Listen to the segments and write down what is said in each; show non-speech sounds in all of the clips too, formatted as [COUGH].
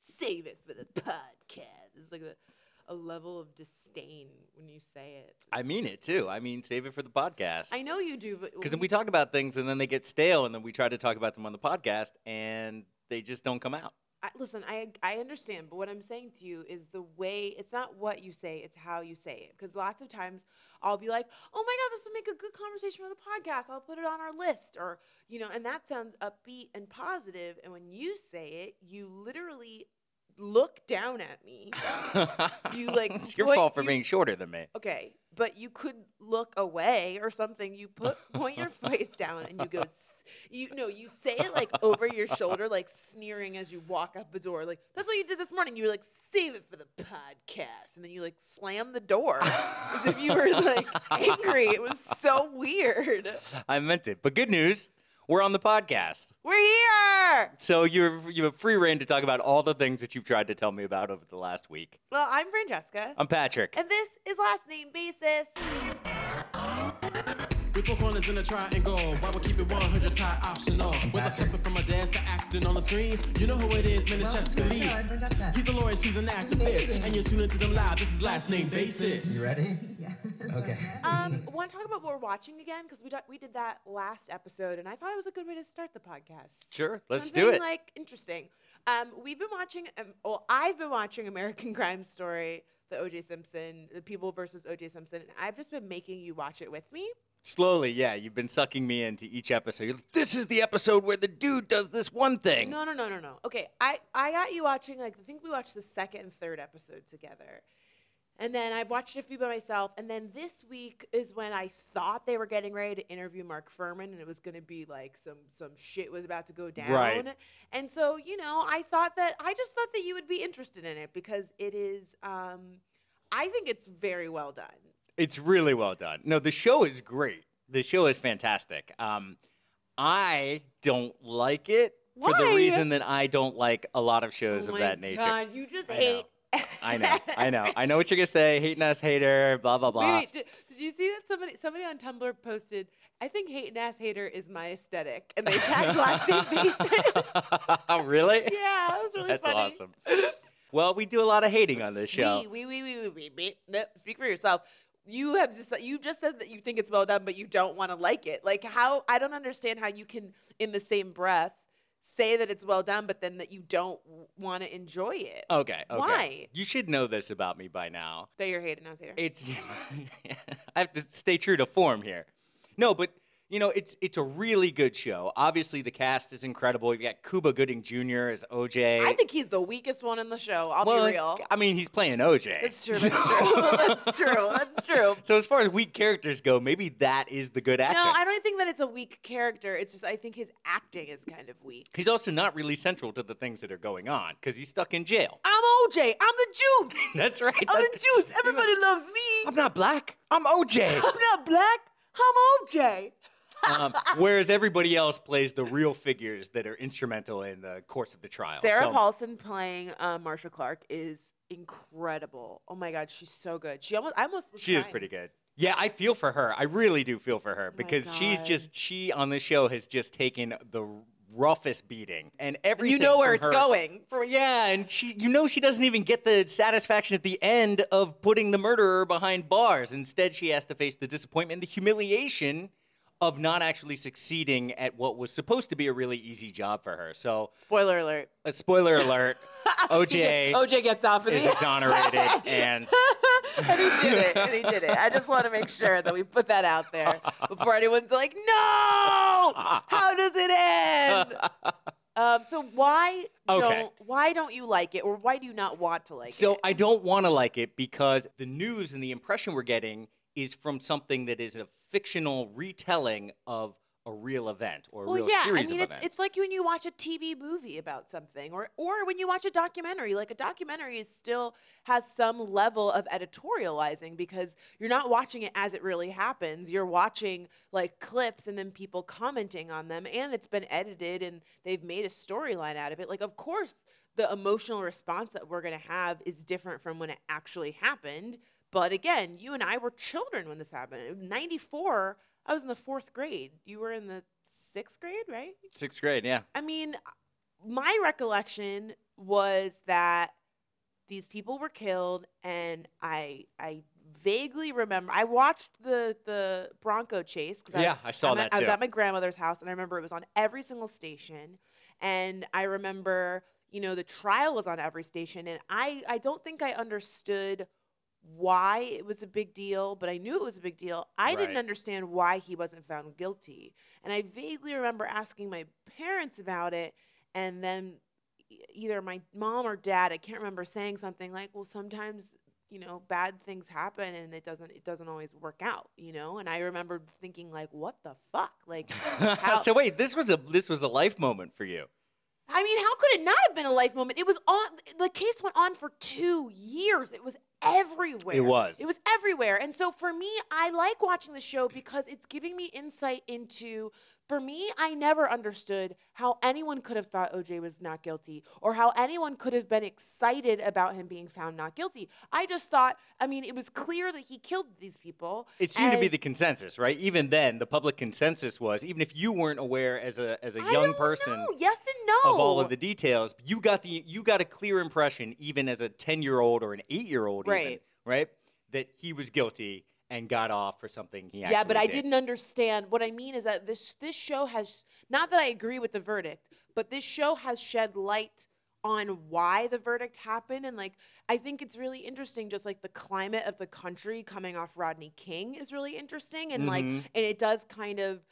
save it for the podcast. It's like a, a level of disdain when you say it. I It's- mean it too. I mean, save it for the podcast. I know you do, but Because then we talk about things and then they get stale, and then we try to talk about them on the podcast, and they just don't come out. I, listen, I I understand, but what I'm saying to you is the way. It's not what you say; it's how you say it. Because lots of times I'll be like, "Oh my God, this would make a good conversation for the podcast. I'll put it on our list," or you know, and that sounds upbeat and positive. And when you say it, you literally look down at me. You, like, [LAUGHS] it's your point- fault for you- being shorter than me. Okay, but you could look away or something. You put point your face down and you go. s- You no, you say it like over your shoulder, like sneering as you walk out the door. Like that's what you did this morning. You were like, save it for the podcast, and then you like slam the door [LAUGHS] as if you were [LAUGHS] like angry. It was so weird. I meant it. But good news, we're on the podcast. We're here. So you're you have free reign to talk about all the things that you've tried to tell me about over the last week. Well, I'm Francesca, I'm Patrick. and this is last name basis. With four corners in a triangle, why we keep it 100 tie optional? Whether cussing from a dance to acting on the screens, you know who it is, man, it's Jessica Lee. He's a lawyer, she's an activist, and you're tuning to them live. This is last name basis. You ready? Yes. Okay. Um, want to talk about what we're watching again because we do- we did that last episode, and I thought it was a good way to start the podcast. sure, let's something do it. Like interesting. Um, we've been watching. Um, well, I've been watching American [LAUGHS] Crime Story, the O.J. Simpson, the People versus O.J. Simpson, and I've just been making you watch it with me. Slowly, yeah, you've been sucking me into each episode. You're like, this is the episode where the dude does this one thing. No, no, no, no, no. Okay, I I got you watching. Like I think we watched the second and third episode together. And then I've watched a few by myself. And then this week is when I thought they were getting ready to interview Mark Furman, and it was going to be like some some shit was about to go down. Right. And so you know, I thought that I just thought that you would be interested in it because it is. Um, I think it's very well done. It's really well done. No, the show is great. The show is fantastic. Um, I don't like it for Why? the reason that I don't like a lot of shows oh of my that nature. God, you just I know. hate. I know, I know, I know what you're gonna say. Hating us, hater, blah blah Wait, blah. wait, did, did you see that somebody somebody on Tumblr posted? I think hate and ass hater is my aesthetic, and they tagged last [LAUGHS] name basis. Oh, really? [LAUGHS] yeah, that was really That's funny. awesome. Well, we do a lot of hating on this show. We, we, we, we, we, we, we. No, speak for yourself. You have just you just said that you think it's well done, but you don't want to like it. Like how I don't understand how you can, in the same breath, say that it's well done, but then that you don't want to enjoy it. Okay, okay. Why? You should know this about me by now. That you're hating us here. [LAUGHS] It's [LAUGHS] I have to stay true to form here. No, but you know, it's it's a really good show. Obviously, the cast is incredible. You've got Cuba Gooding Jr. as OJ. I think he's the weakest one in the show. I'll Well, be real. I mean, he's playing OJ. [LAUGHS] That's true. That's true. [LAUGHS] that's true. That's true. So as far as weak characters go, maybe that is the good actor. No, I don't think that it's a weak character. It's just I think his acting is kind of weak. He's also not really central to the things that are going on because he's stuck in jail. [LAUGHS] I'm OJ. I'm the juice. That's right. I'm Oh, the that's- juice. Everybody loves me. I'm not black. [LAUGHS] I'm [LAUGHS] OJ. I'm not black. I'm OJ. um, whereas everybody else plays the real figures that are instrumental in the course of the trial. Sarah So- Paulson playing uh, Marsha Clark is incredible. Oh my God, she's so good. She almost I almost was She is crying. pretty good. Yeah, I feel for her. I really do feel for her Oh my because she's God. just she on this show has just taken the roughest beating and everything. You know where from it's her- going. For, yeah, and she, you know, she doesn't even get the satisfaction at the end of putting the murderer behind bars. Instead, she has to face the disappointment, the humiliation of not actually succeeding at what was supposed to be a really easy job for her. So, Spoiler alert. a [LAUGHS] spoiler alert: OJ OJ gets off in is the exonerated, and [LAUGHS] and he did it. And he did it. I just want to make sure that we put that out [LAUGHS] there before anyone's like, no, uh, how does it [LAUGHS] end? Um, so why Okay. don't why don't you like it, or why do you not want to like So it? I don't want to like it because the news and the impression we're getting is from something that is a fictional retelling of a real event or a well, real yeah. I series mean, of it's, events. it's like when you watch a TV movie about something, or or when you watch a documentary. Like a documentary is still has some level of editorializing because you're not watching it as it really happens. You're watching like clips and then people commenting on them, and it's been edited and they've made a storyline out of it. Like, of course, the emotional response that we're gonna have is different from when it actually happened. But again, you and I were children when this happened. '94, I was in the fourth grade. You were in the sixth grade, right? Sixth grade, yeah. I mean, my recollection was that these people were killed and I I vaguely remember I watched the the Bronco chase because yeah, I saw I'm that at- I too. was at my grandmother's house, and I remember it was on every single station. And I remember, you know, the trial was on every station, and I I don't think I understood why it was a big deal, but I knew it was a big deal. I didn't Right. understand why he wasn't found guilty, and I vaguely remember asking my parents about it, and then e- either my mom or dad, I can't remember, saying something like, "Well, sometimes." you know bad things happen and it doesn't it doesn't always work out you know and i remember thinking like what the fuck like [LAUGHS] how, so wait, this was a this was a life moment for you. i mean how could it not have been a life moment it was on the case went on for two years it was everywhere It was. it was everywhere and so for me i like watching the show because it's giving me insight into for me i never understood how anyone could have thought oj was not guilty or how anyone could have been excited about him being found not guilty i just thought i mean it was clear that he killed these people It seemed to be and- the consensus, right? Even then, the public consensus was even if you weren't aware as a as a I young don't person know. Yes and no. of all of the details, you got the you got a clear impression even as a 10-year-old or an 8-year-old even, Right. right? That he was guilty and got off for something he actually yeah, but I did. didn't understand. What I mean is that this this show has not that I agree with the verdict, but this show has shed light on why the verdict happened and like I think it's really interesting just like the climate of the country coming off Rodney King is really interesting and like Mhm. and it does kind of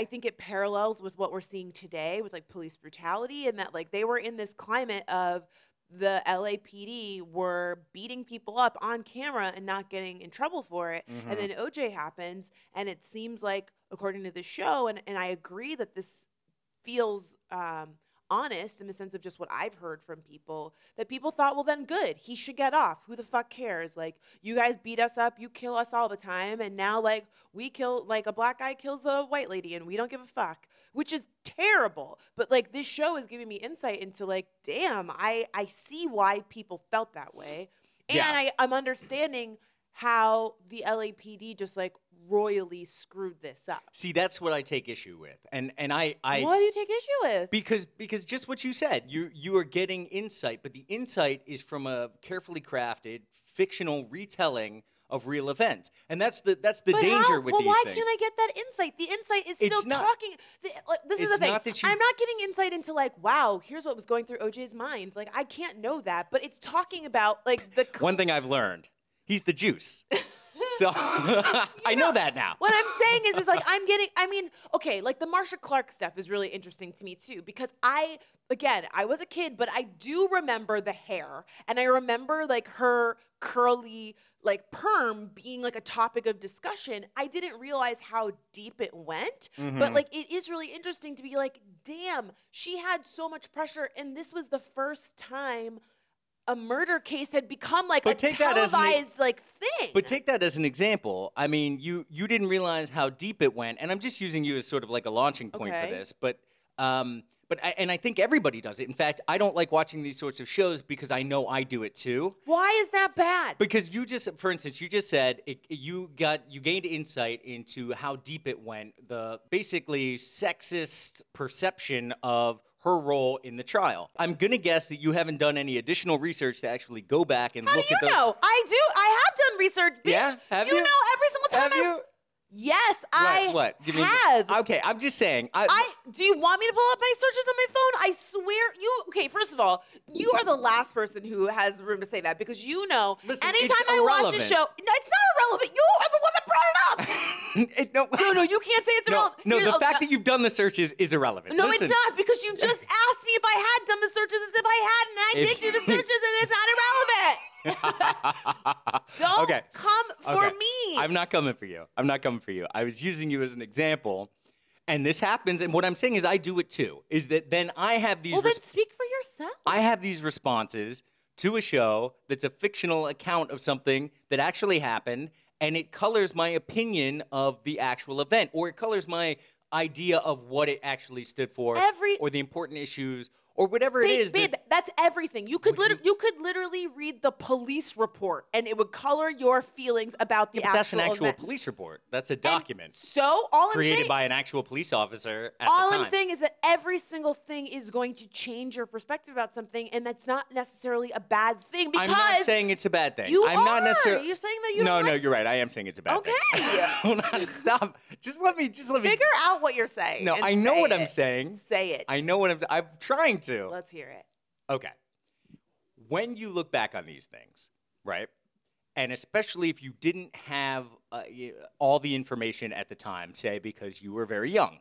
I think it parallels with what we're seeing today with like police brutality and that like they were in this climate of the LAPD were beating people up on camera and not getting in trouble for it. Mhm. And then OJ happens and it seems like according to the show and, and I agree that this feels um honest in the sense of just what I've heard from people that people thought, well, then good, he should get off. Who the fuck cares? Like, you guys beat us up, you kill us all the time, and now, like, we kill, like, a black guy kills a white lady and we don't give a fuck, which is terrible. But, like, this show is giving me insight into, like, damn, I, I see why people felt that way. And Yeah. I, I'm understanding how the LAPD just, like, royally screwed this up. See, that's what I take issue with. And and I I what do you take issue with? because because just what you said you you are getting insight but the insight is from a carefully crafted fictional retelling of real events and that's the that's the but danger how, with well, these why things can't I get that insight? The insight is It's still not- talking. The, like, this is it's the thing. not that you- I'm not getting insight into like, wow, here's what was going through OJ's mind. Like, I can't know that, but it's talking about like the. one thing i've learned he's [LAUGHS] the juice so [LAUGHS] i know that now What I'm saying is, is like I'm getting. I mean, okay, like the Marsha Clark stuff is really interesting to me too because I, again, I was a kid, but I do remember the hair and I remember like her curly like perm being like a topic of discussion. I didn't realize how deep it went, but Mhm. like it is really interesting to be like, damn, she had so much pressure, and this was the first time. A murder case had become like But a take that as an e- televised like thing. But take that as an example. I mean, you you didn't realize how deep it went, and I'm just using you as sort of like a launching point Okay. for this. But um, but I, and I think everybody does it. In fact, I don't like watching these sorts of shows because I know I do it too. why is that bad? Because you just, for instance, you just said it, you got you gained insight into how deep it went. The basically sexist perception of her role in the trial. I'm gonna guess that you haven't done any additional research to actually go back and How do look you at those. know? I do. I have done research. Bitch. Yeah, have you, you? know every single time. Have I, you? Yes, I What? what? Give me- have. I, Okay, I'm just saying. I, do. You want me to pull up my searches on my phone? I swear. You okay? First of all, you are the last person who has room to say that because you know. Listen, it's anytime I watch a irrelevant. show, no, it's not irrelevant. You are the one that brought it [LAUGHS] up. it- [LAUGHS] no, No, no, you can't say it's no, irrelevant. no, You're- the oh, fact no. that you've done the searches is irrelevant. No, Listen, it's not because you [LAUGHS] just asked me if I had done the searches as if I hadn't, and I If- did do the searches, and it's not irrelevant. [LAUGHS] Don't [LAUGHS] okay, come for Okay. me. [LAUGHS] I'm not coming for you. I'm not coming for you. I was using you as an example, and this happens. And what I'm saying is, I do it too. Is that then I have these well, then res- speak for yourself. I have these responses to a show that's a fictional account of something that actually happened, and it colors my opinion of the actual event, or it colors my idea of what it actually stood for, Every- or the important issues, or whatever babe, it is. babe, that- that's everything. You could literally, you could literally read the police report, and it would color your feelings about the Yeah, but actual. that's an actual event. police report. That's a And document so all I'm created saying, by an actual police officer at all the time. I'm saying is that every single thing is going to change your perspective about something, and that's not necessarily a bad thing because I'm not saying it's a bad thing. you I'm are. not necessarily. You're saying that you no, don't no, like- you're right. I am saying it's a bad thing. Okay. [LAUGHS] Hold on, stop. Just let me. Just let me. figure out what you're saying. no, and I know say what I'm it. saying. Say it. I know what I'm. I'm trying to. Let's hear it. Okay. When you look back on these things, right? And especially if you didn't have uh, y- all the information at the time, say because you were very young,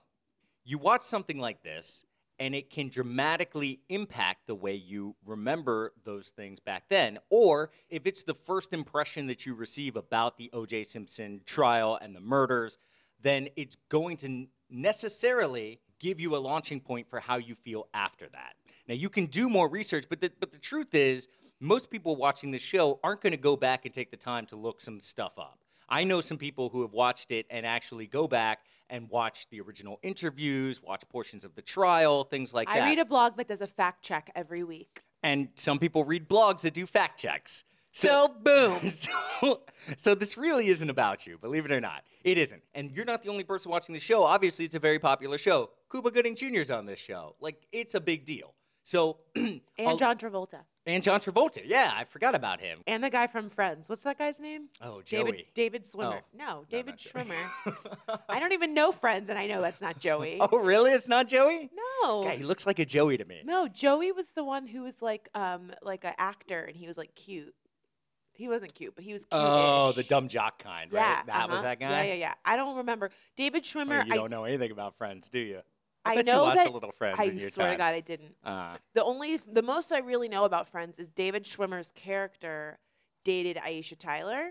you watch something like this and it can dramatically impact the way you remember those things back then. Or if it's the first impression that you receive about the OJ Simpson trial and the murders, then it's going to necessarily give you a launching point for how you feel after that. Now you can do more research, but the, but the truth is, most people watching this show aren't going to go back and take the time to look some stuff up. I know some people who have watched it and actually go back and watch the original interviews, watch portions of the trial, things like that. I read a blog that does a fact check every week. and some people read blogs that do fact checks. So boom. [LAUGHS] So, so this really isn't about you, believe it or not. It isn't. And you're not the only person watching the show. Obviously, it's a very popular show. Cuba Gooding Jr. is on this show. Like, it's a big deal. So, [CLEARS THROAT] I'll- And John Travolta. and John Travolta. Yeah, I forgot about him. And the guy from Friends. What's that guy's name? Oh, Joey. David David Swimmer. Oh. No, David not Joey. Schwimmer. [LAUGHS] I don't even know Friends, and I know that's not Joey. Oh, really? It's not Joey? No. God, he looks like a Joey to me. No, Joey was the one who was like um like an actor and he was like cute. He wasn't cute, but he was cute. Oh, the dumb jock kind, right? Yeah, that was uh-huh. that guy. Yeah, yeah, yeah. I don't remember. David Oh, Schwimmer. you I, don't know anything about Friends, do you? I, I bet you know lost that. a little Friends I in your swear to time. God, I didn't. Uh, The only, the most I really know about Friends is David Schwimmer's character dated Aisha Tyler,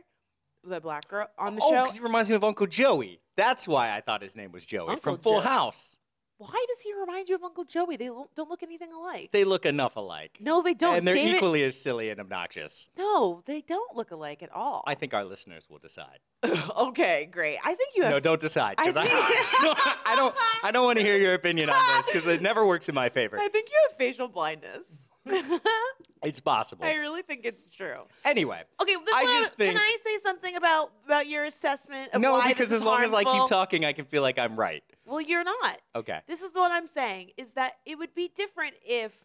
the black girl on the oh, show. because he reminds me of Uncle Joey. That's why I thought his name was Joey Uncle from Full Joe. House. Why does he remind you of Uncle Joey? They lo- don't look anything alike. They look enough alike. no, they don't. and they're David, equally as silly and obnoxious. No, they don't look alike at all. I think our listeners will decide. [LAUGHS] okay, great. I think you have No, don't decide. 'cause I I, think- [LAUGHS] No, I don't. I don't want to hear your opinion on this because it never works in my [LAUGHS] favor. I think you have facial blindness. [LAUGHS] I It's possible. really think it's true. Anyway, Okay, this I one- just can think- I say something about about your assessment of no, why because this is as long as I harmful? keep talking, I can feel like I'm right. Well, you're not. Okay. This is what I'm saying is that it would be different if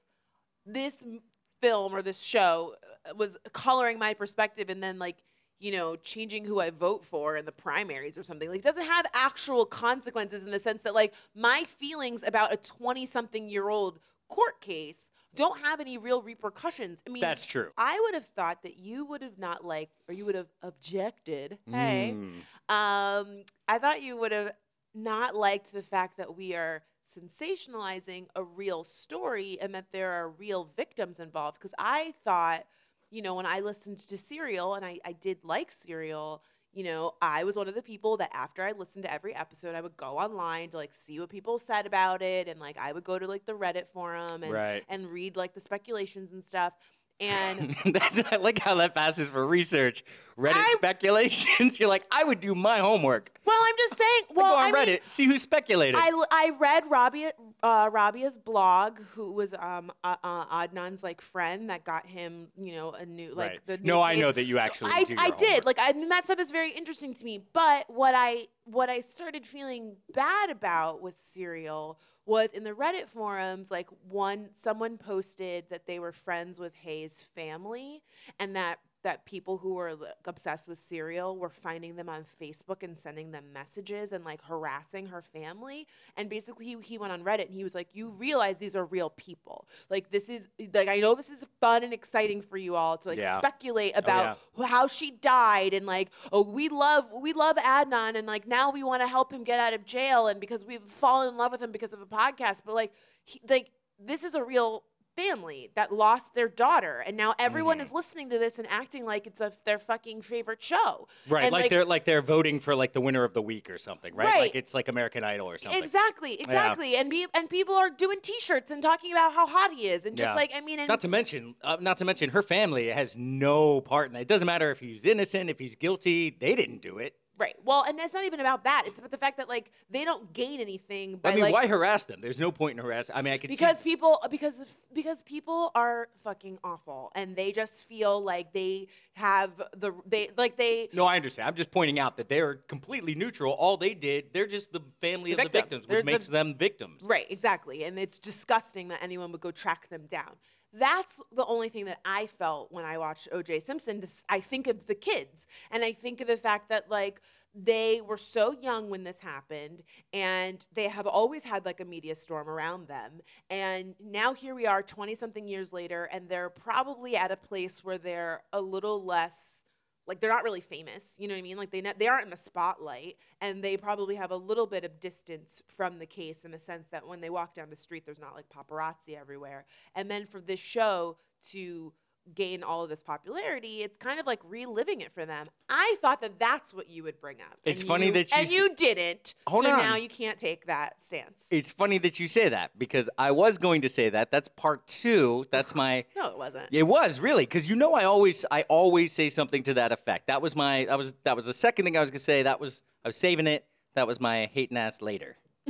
this m- film or this show uh, was coloring my perspective and then like you know changing who I vote for in the primaries or something. Like it doesn't have actual consequences in the sense that like my feelings about a 20 something year old court case don't have any real repercussions. I mean That's true. I would have thought that you would have not liked or you would have objected. Hey. Mm. Um, I thought you would have not liked the fact that we are sensationalizing a real story and that there are real victims involved. Because I thought, you know, when I listened to Serial, and I, I did like Serial, you know, I was one of the people that after I listened to every episode, I would go online to like see what people said about it. And like I would go to like the Reddit forum and, Right. and read like the speculations and stuff. And [LAUGHS] That's, I like how that passes for research. Reddit I- speculations. [LAUGHS] You're like, I would do my homework. well, I'm just saying, I well, go on I mean, Reddit, see who speculated. I, l- I read Rabia, uh, Rabia's blog, who was um, uh, uh, Adnan's like friend that got him, you know, a new like right. the new no, I case. know that you So actually. I, do I your did homework. like I mean that stuff is very interesting to me. But what I what I started feeling bad about with Serial was in the Reddit forums. Like one someone posted that they were friends with Hayes' family, and that that people who were like, obsessed with Serial were finding them on Facebook and sending them messages and like harassing her family. And basically, he, he went on Reddit and he was like, "You realize these are real people. Like this is like I know this is fun and exciting for you all to like Yeah. speculate Oh, about wh- how she died and like oh we love we love Adnan and like now we want to help him get out of jail and because we've fallen in love with him because of a podcast. But like he, like this is a real." Family that lost their daughter, and now everyone Mhm. is listening to this and acting like it's a, their fucking favorite show. Right, and, like, like- they're like they're voting for like the winner of the week or something, right? Right. Like it's like American Idol or something. Exactly, exactly. And be, and people are doing T-shirts and talking about how hot he is, and just Yeah. like I mean, and Not to mention, uh, not to mention, her family has no part in that. It doesn't matter if he's innocent, if he's guilty. They didn't do it. Right. Well, and it's not even about that. It's about the fact that like they don't gain anything by I mean, like why harass them? There's no point in harassing. I mean, I could because see. people because of- because people are fucking awful and they just feel like they have the they like they No, I understand. I'm just pointing out that they're completely neutral. All they did, they're just the family The of the victim. victims, which There's the- makes them victims. Right, exactly. And it's disgusting that anyone would go track them down. That's the only thing that I felt when I watched OJ Simpson. This, I think of the kids and I think of the fact that, like, they were so young when this happened and they have always had like a media storm around them. And now here we are 20 something years later and they're probably at a place where they're a little less like they're not really famous you know what i mean like they ne- they aren't in the spotlight and they probably have a little bit of distance from the case in the sense that when they walk down the street there's not like paparazzi everywhere and then for this show to gain all of this popularity it's kind of like reliving it for them i thought that that's what you would bring up It's and funny you- that and she's- you didn't Hold so on. now you can't take that stance It's funny that you say that because I was going to say that. That's part two. That's my. no it wasn't It was really because you know I always I always say something to that effect. That was my that was that was the second thing I was gonna say. That was I was saving it. That was my hating [LAUGHS] ass later. [LAUGHS]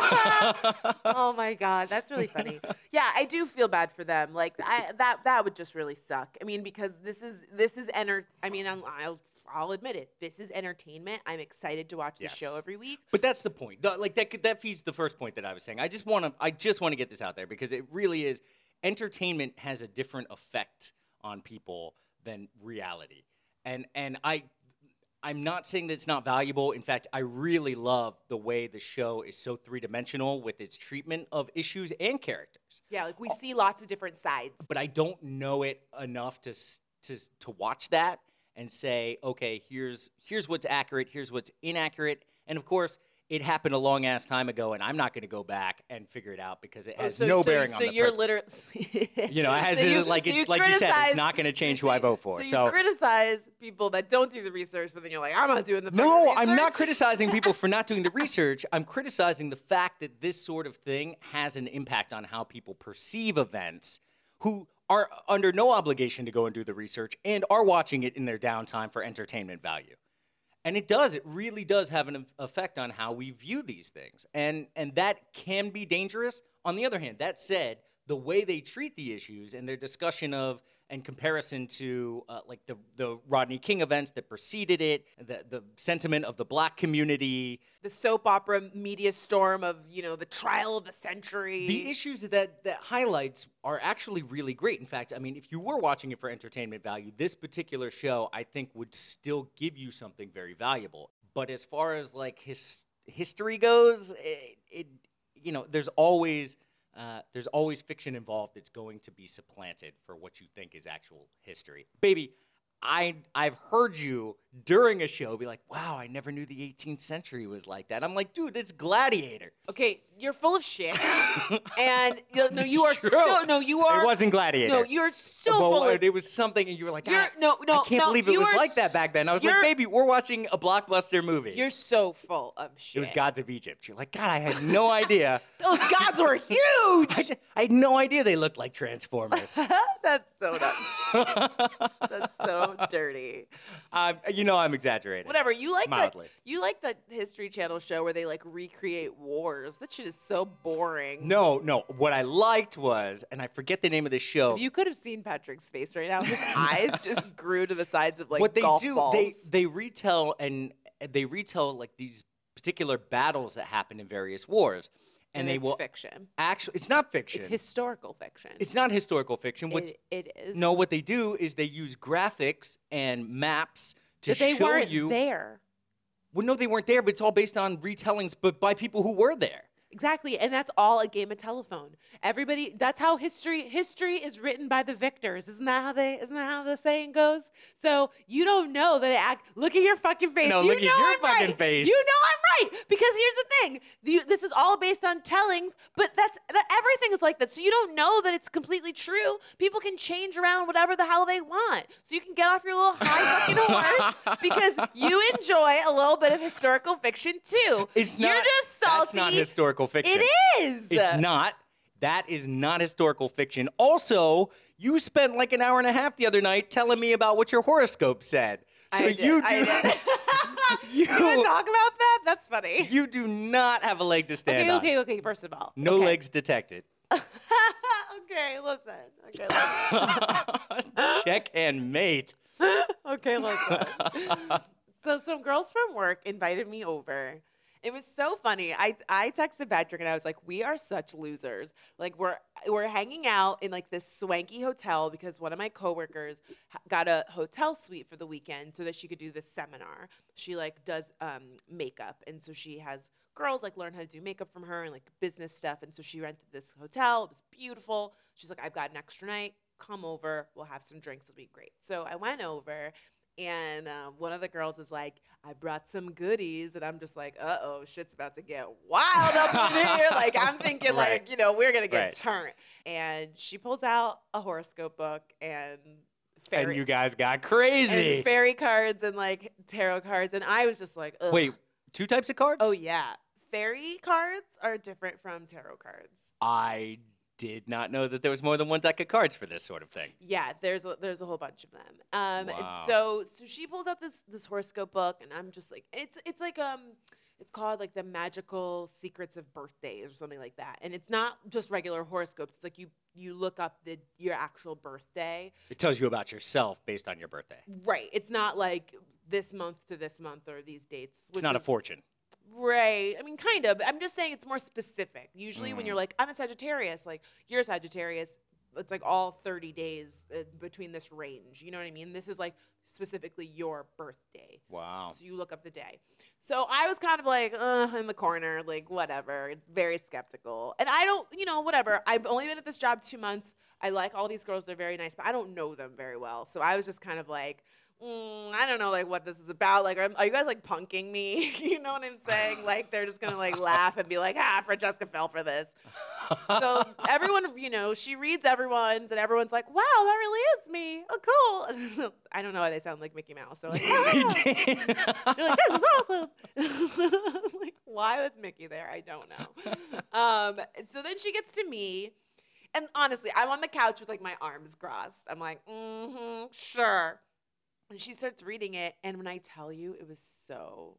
oh my god, that's really funny. Yeah, I do feel bad for them. Like I, that that would just really suck. I mean, because this is this is enter. I mean, I'm, I'll I'll admit it. This is entertainment. I'm excited to watch the Yes. show every week. But that's the point. The- like that could- that feeds the first point that I was saying. I just want to I just want to get this out there because it really is entertainment has a different effect on people than reality. And and I I'm not saying that it's not valuable. In fact, I really love the way the show is so three-dimensional with its treatment of issues and characters. Yeah, like we see lots of different sides. But I don't know it enough to s- to s- to watch that and say, okay, here's here's what's accurate, here's what's inaccurate, and of course. It happened a long ass time ago, and I'm not going to go back and figure it out because it has no bearing on Oh, so the you're present. literally [LAUGHS] you know, it has it, like it's like you said, it's not going to change who I vote for. So you So, criticize people that don't do the research, but then you're like, I'm not doing the fucking no, I'm not research. criticizing people for [LAUGHS] not doing the research. I'm criticizing the fact that this sort of thing has an impact on how people perceive events who are under no obligation to go and do the research and are watching it in their downtime for entertainment value. And it does, it really does have an eff- effect on how we view these things. And and that can be dangerous. On the other hand, that said, the way they treat the issues and their discussion of and comparison to uh, like the the Rodney King events that preceded it, the the sentiment of the black community, the soap opera media storm of you know the trial of the century. the issues that that highlights are actually really great. In fact, I mean, if you were watching it for entertainment value, this particular show I think would still give you something very valuable. But as far as like his history goes, it, it you know, there's always uh, there's always fiction involved that's going to be supplanted for what you think is actual history. Baby, I I've heard you during a show be like, "Wow, I never knew the 18th century was like that." I'm like, "Dude, it's [LAUGHS] Gladiator." okay, you're full of shit, and you- no, you are True. so no, you are it wasn't Gladiator. no, you're so But full of. it was something, and you were like, You're, "Ah, no, no, I can't no, believe you it was are like that back then. I was like, you're- baby, we're watching a blockbuster movie. You're so full of shit. it was Gods of Egypt. You're like, God, I [LAUGHS] had no idea. [LAUGHS] Those gods were I, huge. ju- I had no idea they looked [LAUGHS] like Transformers. That's so not, that's [LAUGHS] so dirty. I'm, you know, I'm exaggerating. Whatever you like, that, Mildly. you like that History Channel show where they like recreate wars. That shit is so boring. No, no. What I liked was, and I forget the name of the show. If you could have seen Patrick's face right now, his [LAUGHS] eyes just grew to the sides of like what they golf do, balls. they they retell and they retell like these particular battles that happened in various wars, and, they it's will fiction. actually. It's not fiction. It's historical fiction. It's not historical fiction. What It- it is. No, what they do is they use graphics and maps to But they show weren't you. there. Well, no, they weren't there, but it's all based on retellings, but by people who were there. Exactly, and that's all a game of telephone. Everybody, that's how history history is written by the victors. Isn't that how they? Isn't that how the saying goes? So you don't know that it act. Look at your fucking face. No, you look at know your I'm fucking right. face. You know I'm right because here's the thing. You, this is all based on tellings, but that's that everything is like that. So you don't know that it's completely true. People can change around whatever the hell they want. So you can get off your little high fucking [LAUGHS] horse because you enjoy a little bit of historical fiction too. It's You're not. just salty. That's not historical fiction. It is. It's not. That is not historical fiction. Also, you spent like [LAUGHS] an hour and a half the other night telling me about what your horoscope said. So I did, [LAUGHS] you do. I did. You, You want to talk about that? That's funny. [LAUGHS] you do not have a leg to stand Okay, on. okay, okay. First of all, No okay. legs detected. [LAUGHS] [LAUGHS] okay, listen. Okay, [LAUGHS] listen. Check and mate. okay, listen. [LAUGHS] so some girls from work invited me over. It was so funny. I I texted Patrick and I was like, "We are such losers. Like we're we're hanging out in like this swanky hotel because one of my coworkers h- got a hotel suite for the weekend so that she could do this seminar. She like does um, makeup and so she has girls like learn how to do makeup from her and like business stuff and so she rented this hotel. It was beautiful. She's like, "I've got an extra night. Come over. We'll have some drinks. It'll be great." So I went over and um, one of the girls is like, I brought some goodies. And I'm just like, uh oh, shit's about to get wild up in here. Like, I'm thinking, Right. like, you know, we're going to get Right. turned. And she pulls out a horoscope book and fairy, And you guys got and crazy. fairy cards and like tarot cards. And I was just like, Ugh. Wait, two types of cards? Oh, yeah. Fairy cards are different from tarot cards. I did not know that there was more than one deck of cards for this sort of thing. Yeah, there's a, there's a whole bunch of them. Um, and Wow. so so she pulls out this this horoscope book, and I'm just like, it's it's like um, it's called like the magical secrets of birthdays or something like that. And it's not just regular horoscopes. It's like you you look up the your actual birthday. It tells you about yourself based on your birthday. Right. It's not like this month to this month or these dates. It's not a is- fortune. Right. I mean, kind of. but I'm just saying it's more specific. Usually, when Mm. you're like, I'm a Sagittarius, like, you're a Sagittarius, it's like all 30 days uh, between this range. You know what I mean? This is like specifically your birthday. Wow. Oh. So you look up the day. So I was kind of like, uh, in the corner, like, whatever, very skeptical. And I don't, you know, whatever. I've only been at this job two months. I like all these girls. They're very nice, but I don't know them very well. So I was just kind of like, mm, I don't know, like, what this is about. Like, are, are you guys, like, punking me? [LAUGHS] you know what I'm saying? Like, they're just going to, like, laugh and be like, ah, Francesca fell for this [LAUGHS] so everyone, you know, she reads everyone's, and everyone's like, "Wow, that really is me. Oh, cool." [LAUGHS] I don't know why they sound like Mickey Mouse. [LAUGHS] They're like, "Ah." "Wow." They're like, "This is awesome." [LAUGHS] I'm like, why was Mickey there? I don't know. Um, and so then she gets to me, and honestly, I'm on the couch with like my arms crossed. I'm like, "Mm-hmm, sure." And she starts reading it, and when I tell you, it was so.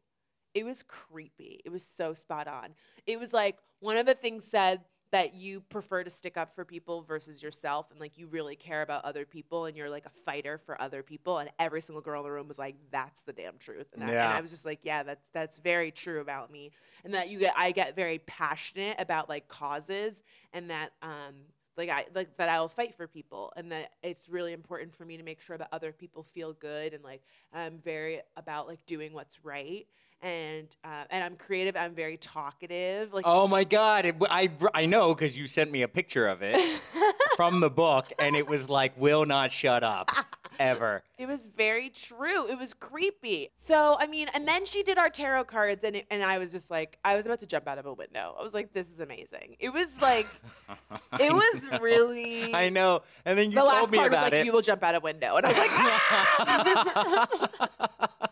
It was creepy. It was so spot on. It was like one of the things said that you prefer to stick up for people versus yourself and like you really care about other people and you're like a fighter for other people and every single girl in the room was like that's the damn truth and, I, and Yeah. I was just like yeah that's that's very true about me and that you get I get very passionate about like causes and that um like I like that I will fight for people and that it's really important for me to make sure that other people feel good and like I'm very about like doing what's right and uh, and I'm creative I'm very talkative like [LAUGHS] oh my God. It, I, I know because you sent me a picture of [LAUGHS] it from the book, and it was like, will not [LAUGHS] shut up ever. It was very true. It was creepy. So I mean, and then she did our tarot cards, and it, and I was just like, I was about to jump out of a window. I was like, this is amazing. It was [LAUGHS] like, it was really. I know. And then you the told last me card was about like, it. you will jump out a window, and I was like, "Ah!"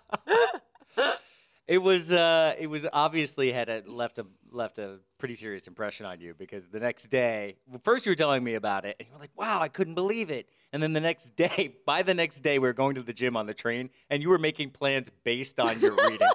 it was uh, it was obviously had a, left a left a pretty serious impression on you because the next day, well, first you were telling me about it, and you were like, "Wow, I couldn't believe it." And then the next day, [LAUGHS] by the next day, we were going to the gym on the train, and you were making plans based on your reading.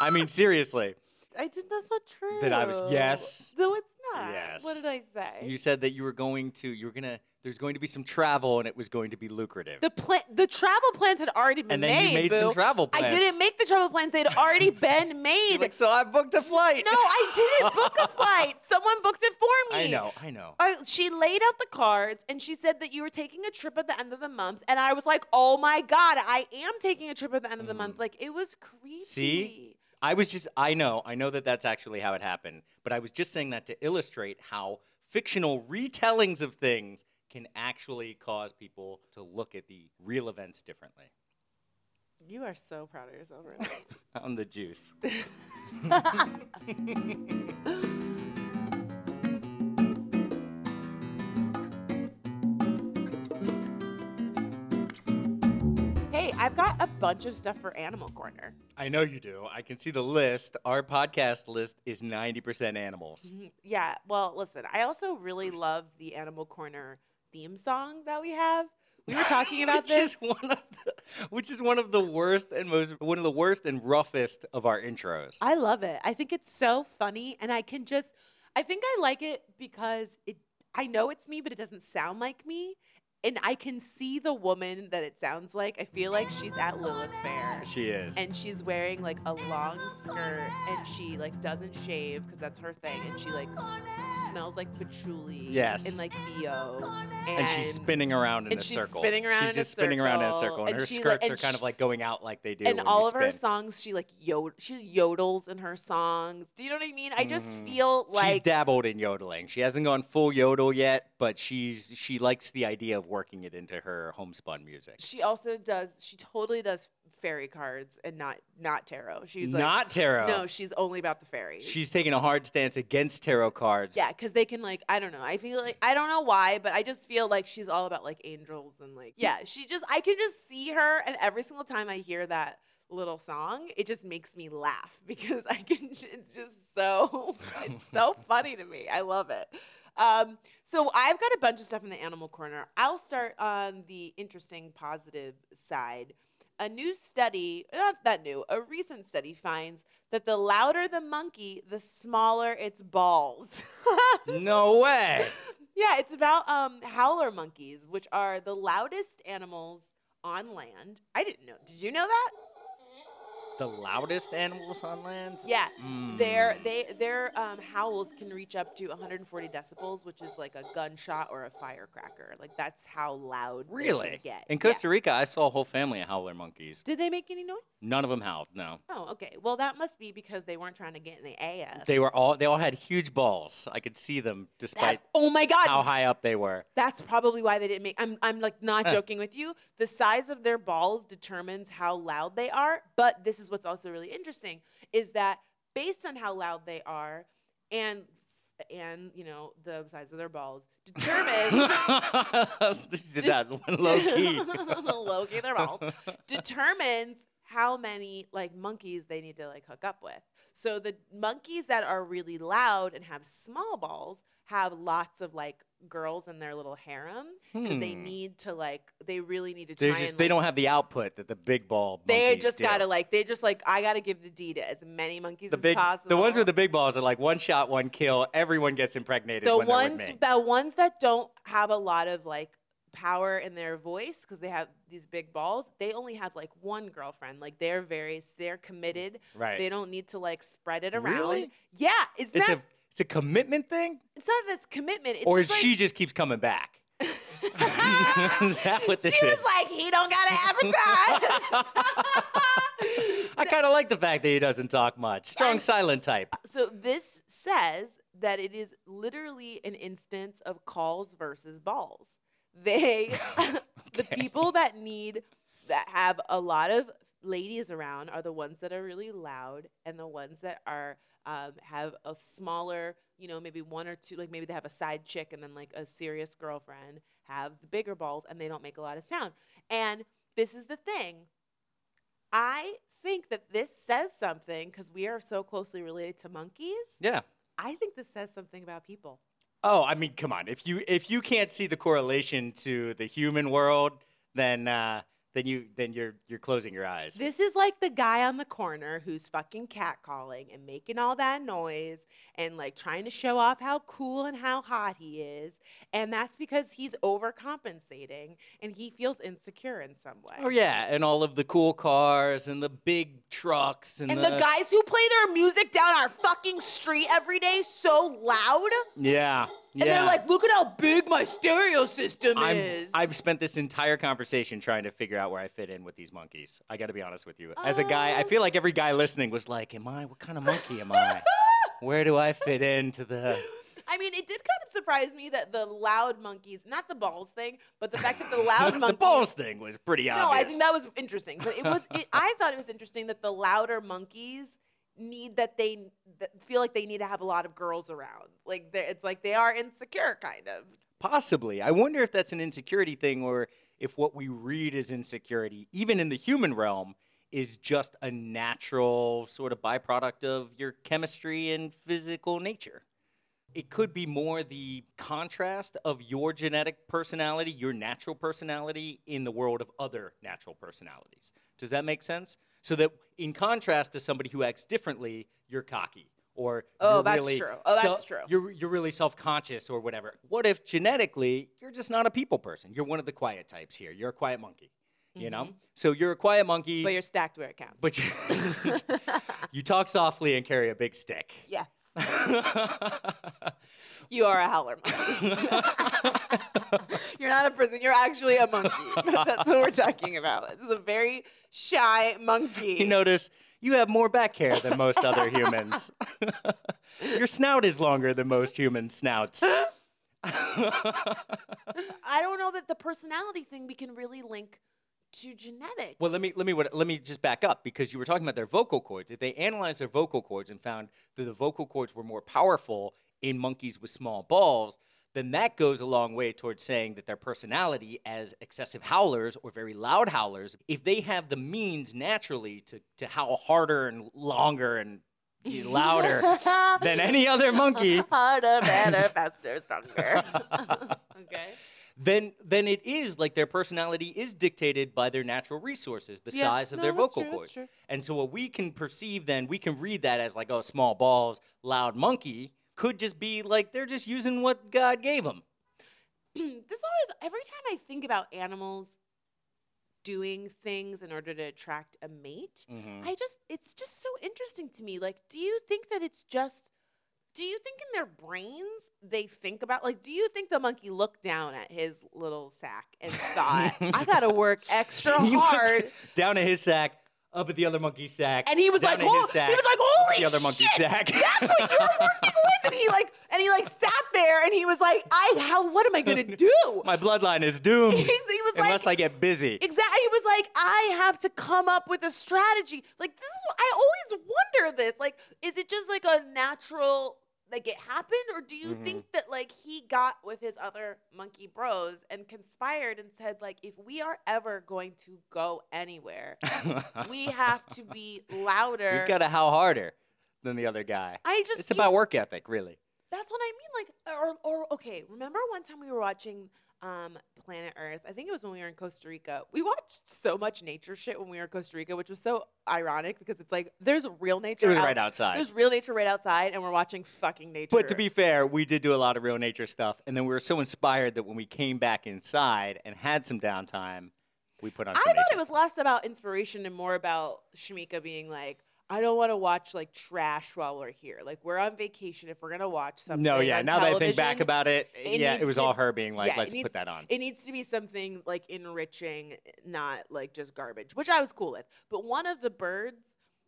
I mean, seriously, I did that's not true. That I was- yes. No, it's not. What Yes. did I say? you said that you were going to you were gonna there's going to be some travel, and it was going to be lucrative. the plan, the travel plans had already been and then you made boo. some travel I plans. didn't make the travel plans; they'd [LAUGHS] already been made. You're like, so I booked a flight. no, I [LAUGHS] didn't book a flight. Someone booked it for me. I know, I know. I, she laid out the cards and she said that you were taking a trip at the end of the month. And I was like, oh my God, I am taking a trip at the end of the Mm. month. Like, it was creepy. I was just, I know, I know that that's actually how it happened, but I was just saying that to illustrate how fictional retellings of things can actually cause people to look at the real events differently. You are so proud of yourself right now. On the juice. [LAUGHS] Hey, I've got a bunch of stuff for Animal Corner. [LAUGHS] I know you do. I can see the list. Our podcast list is 90% animals. Yeah, well, listen, I also really love the Animal Corner theme song that we have, We were talking about [LAUGHS] which this. is one of the, which is one of the worst and most one of the worst and roughest of our intros. I love it. I think it's so funny, and I can just, I think I like it because it. I know it's me, but it doesn't sound like me, and I can see the woman that it sounds like. I feel like she's at Lilith Fair, she is. and she's wearing like a long skirt, and she like doesn't shave because that's her thing, and she like smells like patchouli, Yes. and like bo, and, And she's spinning around in and a she's circle. spinning around in a She's just spinning around in a circle, circle, and, and her she, like- skirts and are kind sh- of like going out like they do. and when all you of her spin. songs, she like yod- she yodels in her songs. Do you know what I mean? I just Mhm. feel she's like dabbled in yodeling. She hasn't gone full yodel yet, but she's she likes the idea of working it into her homespun music. she also does. She totally does fairy cards and not not tarot. She's not tarot. like, no, she's only about the fairies. she's taking a hard stance against tarot cards. yeah, because they can like I don't know. I feel like I don't know why, but I just feel like she's all about like angels and like yeah. She just I can just see her, and every single time I hear that little song, it just makes me laugh [LAUGHS] because I can. It's just so it's so funny to me. I love it. Um, so I've got a bunch of stuff in the animal corner. I'll start on the interesting positive side. A new study, not that new, a recent study finds that the louder the monkey, the smaller its balls. [LAUGHS] No way. Yeah, it's about um, howler monkeys, which are the loudest animals on land. I didn't know. Did you know that? the loudest animals on land. Yeah. Mm. Their they their um, howls can reach up to 140 decibels, which is like a gunshot or a firecracker. Like that's how loud they can Really? get. In Yeah. Costa Rica, I saw a whole family of howler monkeys. Did they make any noise? None of them howled. No, Oh, okay. Well, that must be because they weren't trying to get any ass. they were all they all had huge balls. I could see them That, despite oh my God! how high up [LAUGHS] they were. That's probably why they didn't make. I'm, I'm like not Huh. joking with you. The size of their balls determines how loud they are. But this is what's also really interesting is that based on how loud they are, and s- and you know the size of their balls determines [LAUGHS] They did Did- that one [LAUGHS] low key. low key their [LAUGHS] balls determines how many like monkeys they need to like hook up with. So the monkeys that are really loud and have small balls have lots of like girls in their little harem because they Hmm. need to like they really need to They try just and, they like, don't have the output that the big ball. they monkeys just do. gotta like they just like I gotta give the D to as many monkeys the as big possible. the ones with the big balls are like one shot, one kill. Everyone gets impregnated. the when they're with ones me. the ones that don't have a lot of like power in their voice because they have these big balls they only have like one girlfriend like they're very s- they're committed right. they don't need to like spread it around Really? yeah it's, It's not a it's a commitment thing, it's not that it's commitment it's or just [LAUGHS] she [LAUGHS] just keeps coming back. like is that what this she is? was like he don't gotta [LAUGHS] advertise I kind of like the fact that he doesn't talk much. Strong I'm- silent type. So this says that it is literally an instance of calls versus balls. They, [LAUGHS] the Okay. people that need, that have a lot of ladies around are the ones that are really loud and the ones that are, um, have a smaller, you know, maybe one or two, like maybe they have a side chick and then like a serious girlfriend have the bigger balls and they don't make a lot of sound. And this is the thing. I think that this says something because we are so closely related to monkeys. Yeah. I think this says something about people. Oh, I mean, come on. If you if you can't see the correlation to the human world, then uh, then you then you're you're closing your eyes. This is like the guy on the corner who's fucking catcalling and making all that noise and like trying to show off how cool and how hot he is. And that's because he's overcompensating and he feels insecure in some way. Oh yeah, and all of the cool cars and the big trucks and, And the guys who play their music down our fucking street every day so loud. Yeah, yeah. [LAUGHS] And they're like, look at how big my stereo system I'm, is. I've spent this entire conversation trying to figure out where I fit in with these monkeys. I got to be honest with you. As a guy, I Oh. feel like every guy listening was like, "Am I? What kind of monkey am I? [LAUGHS] Where do I fit into the?" I mean, it did kind of surprise me that the loud monkeys, not the balls thing, but the fact that [LAUGHS] the loud the monkeys. balls thing was pretty No, obvious. I think that was interesting. But it was, [LAUGHS] it, I thought it was interesting that the louder monkeys need that they that feel like they need to have a lot of girls around. Like they're- it's like they are insecure, kind of. Possibly. I wonder if that's an insecurity thing or if what we read as insecurity, even in the human realm, is just a natural sort of byproduct of your chemistry and physical nature. it could be more the contrast of your genetic personality, your natural personality, in the world of other natural personalities. Does that make sense? So that in contrast to somebody who acts differently, you're cocky or Oh, you're that's really true. Oh, so- that's true. You're you're really self-conscious or whatever. What if genetically you're just not a people person? You're one of the quiet types here. You're a quiet monkey. You know, so you're a quiet monkey, Mm-hmm. But you're stacked where it counts. but you, [LAUGHS] you talk softly and carry a big stick. [LAUGHS] [LAUGHS] yes. You are a howler monkey. [LAUGHS] you're not a prison. You're actually a monkey. [LAUGHS] That's what we're talking about. This is a very shy monkey. you notice you have more back hair than most other humans. Your snout is longer than most human snouts. [LAUGHS] I don't know that the personality thing we can really link to genetics. Well, [LAUGHS] let me let me what- let me just back up because you were talking about their vocal cords. If they analyzed their vocal cords and found that the vocal cords were more powerful in monkeys with small balls, then that goes a long way towards saying that their personality as excessive howlers or very loud howlers, if they have the means naturally to to howl harder and longer and [LAUGHS] be louder than any other monkey, Harder, better, faster, stronger. [LAUGHS] okay. then then it is like their personality is dictated by their natural resources, the Yeah. size of No, their that's vocal true, that's cords. true. [CLEARS THROAT] And so what we can perceive then, we can read that as like, oh, small balls, loud monkey, could just be like they're just using what God gave them. this always every time I think about animals doing things in order to attract a mate, Mm. I just it's just so interesting to me. Like, do you think that it's just do you think in their brains they think about like do you think the monkey looked down at his little sack and thought, I gotta work [LAUGHS] extra He looked hard [LAUGHS] Down at his sack, up at the other monkey's sack. and he was down like at "Hol- his sack, he was like, up Holy the other monkey's shit, sack. that's what you're working with and he like and he like sat there and he was like, I how what am I [LAUGHS] gonna do? [LAUGHS] My bloodline [LAUGHS] is He's- doomed he was like unless I get busy. Exactly. He was like, I have to come up with a strategy. Like this is what I always wonder this. Like, is it just like a natural like it happened, or do you Mhm. think that like he got with his other monkey bros and conspired and said, like, if we are ever going to go [LAUGHS] anywhere, we have to be louder. You've got to howl harder than the other guy. I just It's you- about work ethic, really. That's what I mean. Like, or, or okay, remember one time we were watching um, Planet Earth? I think it was when we were in Costa Rica. We watched so much nature shit when we were in Costa Rica, which was so ironic because it's like there's real It nature. was out- right outside. There's real nature right outside, and we're watching fucking nature. But to be fair, we did do a lot of real nature stuff, and then we were so inspired that when we came back inside and had some downtime, we put on. I Some thought nature it was less about inspiration and more about Shamika being like. I don't want to watch like trash while we're here. Like we're on vacation. If we're gonna watch stuff. something, No, yeah. on Now that I think back television, about it, it yeah, it needs was to- all her being like, yeah, it "Let's needs- put that on." it needs to be something like enriching, not like just garbage, which I was cool with. But one of the birds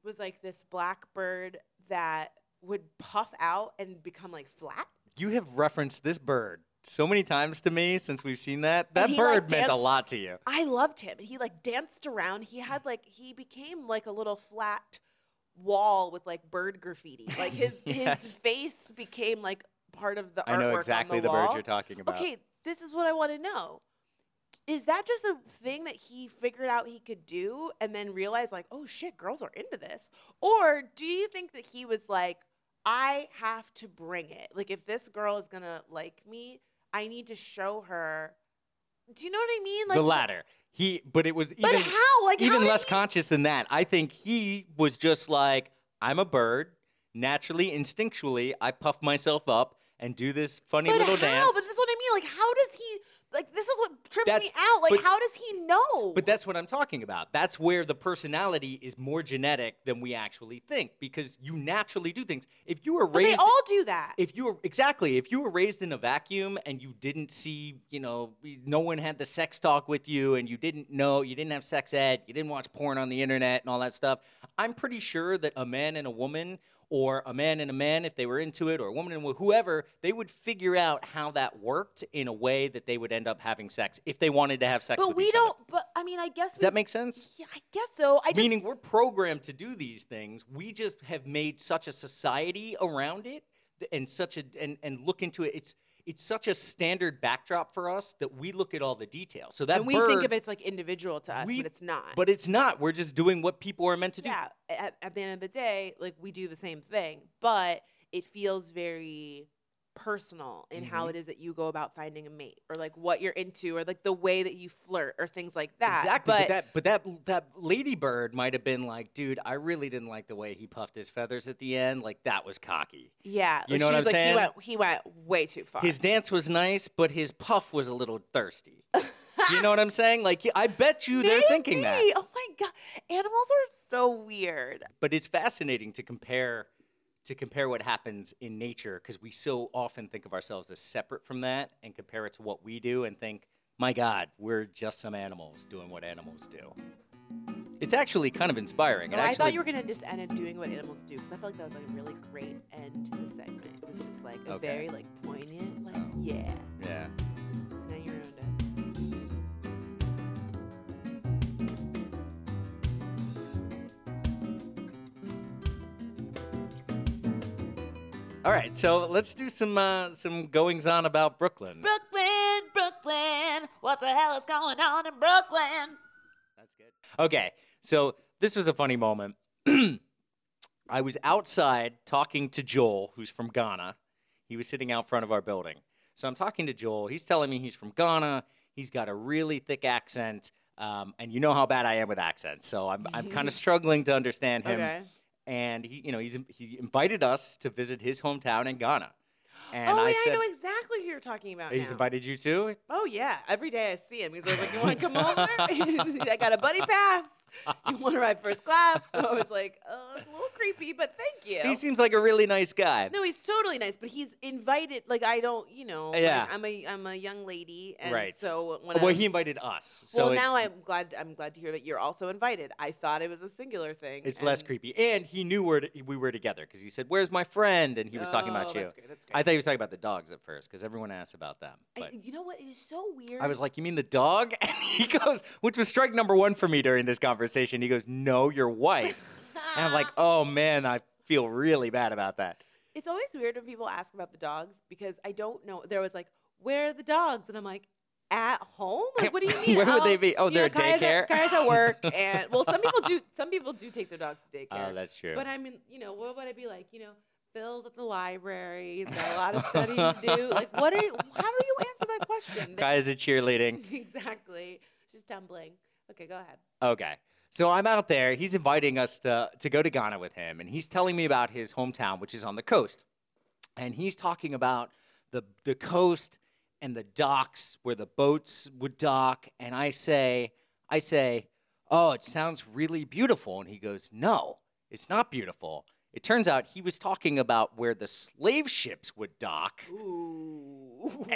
was like this black bird that would puff out and become like flat. You have referenced this bird so many times to me since we've seen that. That he, bird like, meant a danced- lot to you. I loved him. He like danced around. He had like he became like a little flat wall with like bird graffiti. Like his [LAUGHS] Yes. his face became like part of the artwork I know on exactly the, the, bird wall. you're talking about. Okay, this is what I want to know. Is that just a thing that he figured out he could do and then realized, like, oh shit, girls are into this? Or do you think that he was like, I have to bring it? Like, if this girl is gonna like me, I need to show her. Do you know what I mean? Like, the latter. He, but it was even. But how? Like, how even did less he- conscious than that. I think he was just like, I'm a bird. Naturally, instinctually, I puff myself up and do this funny but little how? But dance. that's what I mean. Like, how does he? Like, this is what trips That's- me out. Like, but- how does he know? But that's what I'm talking about. That's where the personality is more genetic than we actually think because you naturally do things. If you were But they raised all do that. if you were exactly if you were raised in a vacuum and you didn't see you know no one had the sex talk with you and you didn't know you didn't have sex ed you didn't watch porn on the internet and all that stuff i'm pretty sure that a man and a woman or a man and a man if they were into it or a woman and wh- whoever they would figure out how that worked in a way that they would end up having sex if they wanted to have sex but with we each don't. other But I mean, I guess does that we- make sense Yeah, I guess so. I just Meaning we're programmed to do these things. We just have made such a society around it th- and such a and, and look into it. It's it's such a standard backdrop for us that we look at all the details. So that and we think of bird- it's like individual to us, we- but it's not. but it's not. We're just doing what people are meant to do. yeah, at, at the end of the day, like we do the same thing, but it feels very personal in Mm-hmm. how it is that you go about finding a mate or like what you're into or like the way that you flirt or things like that. Exactly, but, But, that but that that ladybird might have been like, dude, I really didn't like the way he puffed his feathers at the end. Like that was cocky. yeah, You like, know she what was I'm like saying? he went he went way too far. His dance was nice, but his puff was a little thirsty. you know what I'm saying? Like I bet you they're thinking that. [LAUGHS] Maybe. Oh my god. Animals are so weird. but it's fascinating to compare to compare what happens in nature because we so often think of ourselves as separate from that and compare it to what we do and think my god we're just some animals doing what animals do it's actually kind of inspiring It Well, Oh, I actually- thought you were gonna just end it doing what animals do because I felt like that was like a really great end to the segment. It was just like a Okay. very like poignant, like Oh. yeah. yeah Now you ruined it. all right so let's do some uh, some goings on about brooklyn Brooklyn, Brooklyn, what the hell is going on in Brooklyn? That's good. Okay, so this was a funny moment. [CLEARS THROAT] I was outside talking to Joel, who's from Ghana. He was sitting out front of our building. So I'm talking to Joel. He's telling me he's from Ghana. He's got a really thick accent. Um, and you know how bad I am with accents. So I'm, [LAUGHS] I'm kind of struggling to understand him. Okay. And he, you know, he's, he invited us to visit his hometown in Ghana. And oh, I yeah, said, I know exactly who you're talking about. he's now. invited you too? Oh yeah, every day I see him because I was like, "You want to come over? [LAUGHS] I got a buddy pass. You want to ride first class?" So I was like, "Oh, it's a little creepy, but thank you." He seems like a really nice guy. no, he's totally nice, but he's invited. Like I don't, you know, like, Yeah. I'm a I'm a young lady, and Right. so when well, I'm, he invited us. So well now it's- I'm glad I'm glad to hear that you're also invited. I thought it was a singular thing. It's less and- creepy. And he knew where to, we were together because he said, "Where's my friend?" And he was talking Oh, about you. That's great. That's great. I thought he was talking about the dogs at first because everyone asks about them. I- But you know what? It is so weird. I was like, "You mean the dog?" [LAUGHS] And he goes, which was strike number one for me during this conversation. He goes, "No, your wife." and I'm like, "Oh man, I feel really bad about that." [LAUGHS] It's always weird when people ask about the dogs because I don't know. There was like, where are the dogs? And I'm like, at home? Like, what do [LAUGHS] you mean? Where would they "Oh, be? Oh, you they're know, at Kaya's daycare. At, Kaya's at [LAUGHS] work, and well, some people do. Some people do take their dogs to daycare. oh, that's true. but I mean, you know, what would I be like? You know, Phil's at the library. He's got a lot of studying to do. Like, what are you? How do you answer that [LAUGHS] question? That- Guys are cheerleading. [LAUGHS] exactly. She's tumbling. Okay, go ahead. Okay. So I'm out there. He's inviting us to, to go to Ghana with him. And he's telling me about his hometown, which is on the coast. And he's talking about the, the coast and the docks where the boats would dock. And I say, I say, oh, it sounds really beautiful. And he goes, no, it's not beautiful. It turns out he was talking about where the slave ships would dock Ooh. [LAUGHS]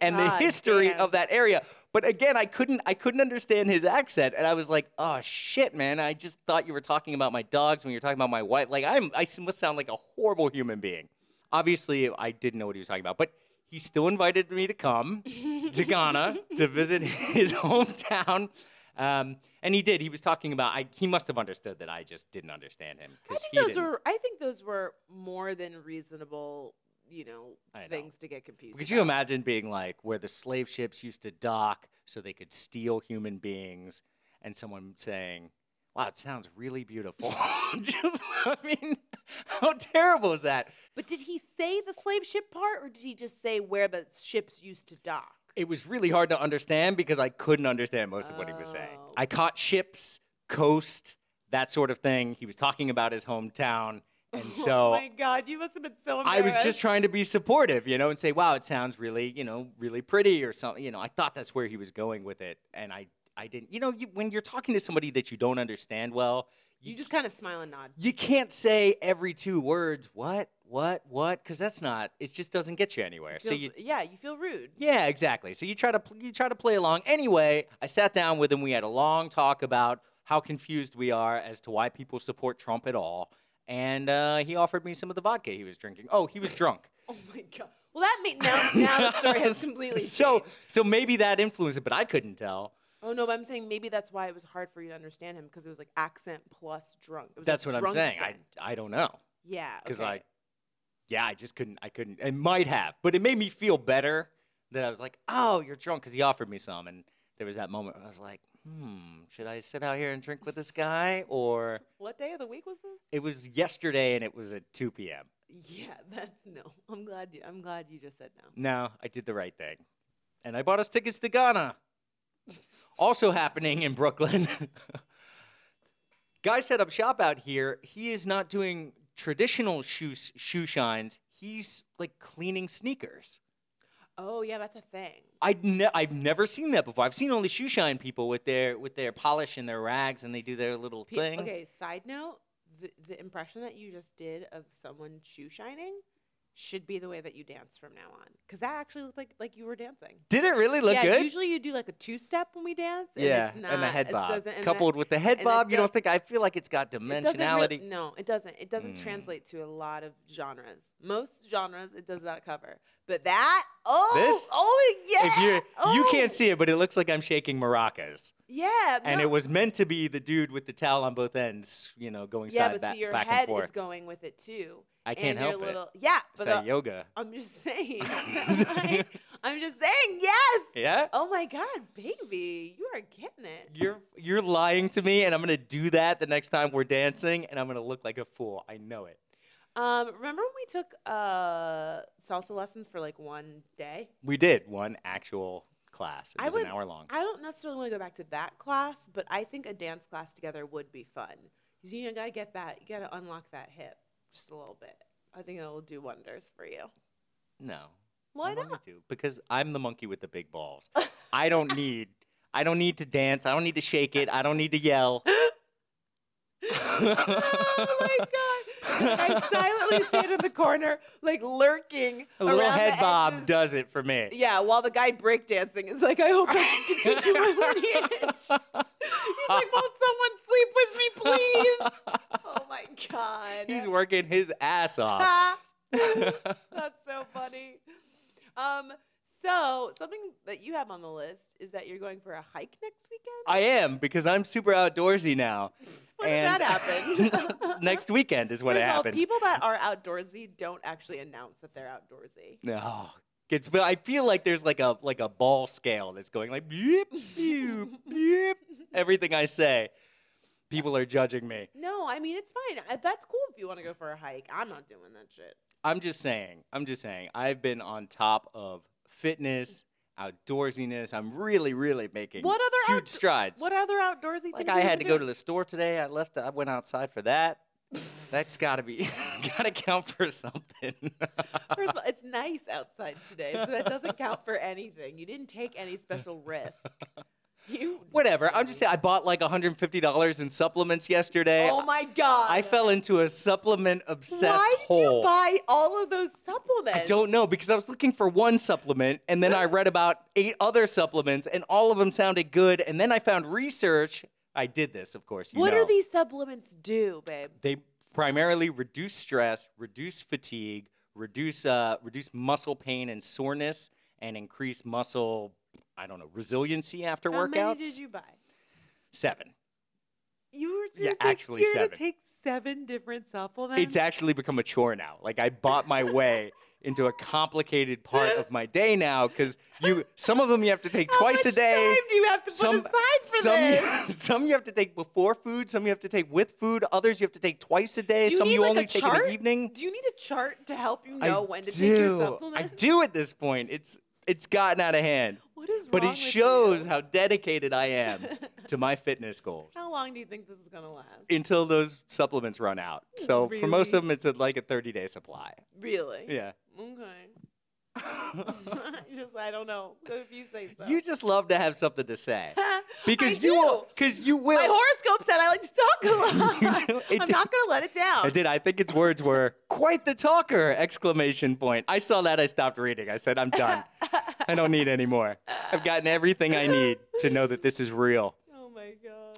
and the God history Ah, damn. of that area. But again, I couldn't I couldn't understand his accent, and I was like, "Oh shit, man! I just thought you were talking about my dogs when you were talking about my wife. Like I'm I must sound like a horrible human being." Obviously, I didn't know what he was talking about, but he still invited me to come to Ghana to visit his hometown. Um, and he did. He was talking about. I, he must have understood that I just didn't understand him. [LAUGHS] I 'cause think he those didn't. were I think those were more than reasonable, you know, I know. things to get confused. Could you about. imagine being like where the slave ships used to dock so they could steal human beings and someone saying, Wow, it sounds really beautiful. [LAUGHS] Just I mean, how terrible is that? But did he say the slave ship part or did he just say where the ships used to dock? It was really hard to understand because I couldn't understand most of what he was saying. Oh. I caught ships, coast, that sort of thing. He was talking about his hometown. And [LAUGHS] oh so my god, you must have been [LAUGHS] so I was just embarrassed. trying to be supportive, you know, and say, "Wow, it sounds really, you know, really pretty," or something. You know, I thought that's where he was going with it, and I, I didn't. You know, you, when you're talking to somebody that you don't understand well, You just kind of smile and nod. you can't say every two words, "What, what, what," because that's not. It just doesn't get you anywhere. It so feels- you, yeah, you feel rude. yeah, exactly. So you try to, pl- you try to play along. Anyway, I sat down with him. We had a long talk about how confused we are as to why people support Trump at all. And uh, he offered me some of the vodka he was drinking. Oh, he was drunk. Oh my god. Well, that means now now [LAUGHS] the story has completely so changed. so maybe that influenced it, but I couldn't tell. Oh no, but I'm saying maybe that's why it was hard for you to understand him because it was like accent plus drunk. It was That's like what I'm saying. I drunkcent. I don't know yeah, because okay. I yeah I just couldn't I couldn't it might have, but it made me feel better that I was like oh you're drunk because he offered me some and there was that moment where I was like hmm should I sit out here and drink with this guy or what day of the week was this? it was yesterday and it was at 2 p.m. Yeah, [LAUGHS] that's no. I'm glad you. I'm glad you just said no. No, I did the right thing. And I bought us tickets to Ghana. also happening in Brooklyn. [LAUGHS] Guy set up shop out here. He is not doing traditional shoe shoe shines. He's like cleaning sneakers. Oh yeah, that's a thing. I ne- I've never seen that before. I've seen only shoe shine people with their with their polish and their rags, and they do their little Pe- thing. Okay. Side note: the, the impression that you just did of someone shoe shining should be the way that you dance from now on, because that actually looked like like you were dancing. Did it really look yeah, good? usually you do like a two step when we dance. And yeah, it's not, and the head it bob doesn't- and that- coupled with the head and it bob. You do- don't think I feel like it's got it doesn't real- dimensionality? no, it doesn't. It doesn't Mm. translate to a lot of genres. Most genres, it does not cover. But that, oh, This? oh yeah, if you [LAUGHS] you oh, can't see it, but it looks like I'm shaking maracas. yeah, And no. it was meant to be the dude with the towel on both ends, you know, going yeah, side but ba- see, your back and head forth. is going with it too. I can't and your help it. little, Yeah, It's but that the- yoga. I'm just [LAUGHS] saying. [LAUGHS] like, I'm just saying. Yes. Yeah, Oh my God, baby, you are getting it. you're you're lying to me, and I'm gonna do that the next time we're dancing, and I'm gonna look like a fool. I know it. Um, remember when we took uh salsa lessons for like one day? We did one actual class. It I was an would- hour long. I don't necessarily want to go back to that class, but I think a dance class together would be fun. 'Cause you know, gotta get that, you gotta unlock that hip just a little bit. I think it'll do wonders for you. no, Why I not? [LAUGHS] wanted to, because I'm the monkey with the big balls. I don't need. I don't need to dance. I don't need to shake it. I don't need [LAUGHS] to yell. [LAUGHS] oh my god! Like, I silently stand in the corner, like lurking A little around head the bob edges. does it [LAUGHS] for me. Yeah, while the guy breakdancing is like, I hope I can continue [LAUGHS] my lineage. He's like, won't someone sleep with me, please? Oh my god. [LAUGHS] [LAUGHS] He's working his ass off. [LAUGHS] Ah. [LAUGHS] That's so funny. Um, so something that you have on the list is that you're going for a hike next weekend. I am because I'm super outdoorsy now. When did Uh, that and happen? [LAUGHS] [LAUGHS] Next weekend is when First it of all, happens. people that are outdoorsy don't actually announce that they're outdoorsy. No. Oh, Good. feel- I feel like there's like a like a ball scale that's going like bleep, bleep, bleep. Everything I say, people are judging me. No, I mean it's fine. Uh, That's cool if you want to go for a hike. I'm not doing that shit. I'm just saying. I'm just saying. I've been on top of fitness, outdoorsiness. I'm really, really making What other huge outdo- strides. What other outdoorsy like things? I had to go to the store today. I left. I went outside for that. That's got to be [LAUGHS] got to count for something. [LAUGHS] [LAUGHS] First of all, it's nice outside today, so that [LAUGHS] doesn't count for anything. You didn't take any special risk. You Whatever. I'm just dummy. saying. I bought like 150 dollars in supplements yesterday. Oh my god! I fell into a supplement obsessed Why did hole. you buy all of those supplements? I don't know because I was looking for one supplement and [GASPS] then I read about eight other supplements and all of them sounded good. And then I found research. I did this, of course. You What know. do these supplements do, babe? They primarily reduce stress, reduce fatigue, reduce uh, reduce muscle pain and soreness, and increase muscle. I don't know resiliency after How workouts. many did you buy? Seven. You were gonna Yeah, take, actually you're seven. to take seven different supplements. It's actually become a chore now. Like I bought my way into a complicated part of my day now because you some of them you have to take How twice a much day. Time do you have to some- put aside for some [LAUGHS] this? you, some you have to take before food, some you have to take with food, others you have to take twice a day, Do you some need, you like, a only take in chart? the evening. Do you need a chart to help you I know when to take your do. supplements? I do at this point. It's it's gotten out of hand, What is but wrong it with shows you? how dedicated [LAUGHS] I am to my fitness goals How long do you think this is gonna last? until those supplements [LAUGHS] run out. So for most Really? of them, it's at like a 30 day supply. Really? [LAUGHS] Yeah. Okay. I just I don't know if you say so. You just love to have something to say because [LAUGHS] I you do. will. Because you will. [LAUGHS] My horoscope said I like to talk a lot. You do- it I'm did- not gonna let it down. I did. Uh, I think its words were quite the talker! Exclamation point. I saw that. I stopped reading. I said, "I'm done. I don't need any more. I've gotten everything I need to know that this is real." Oh my god.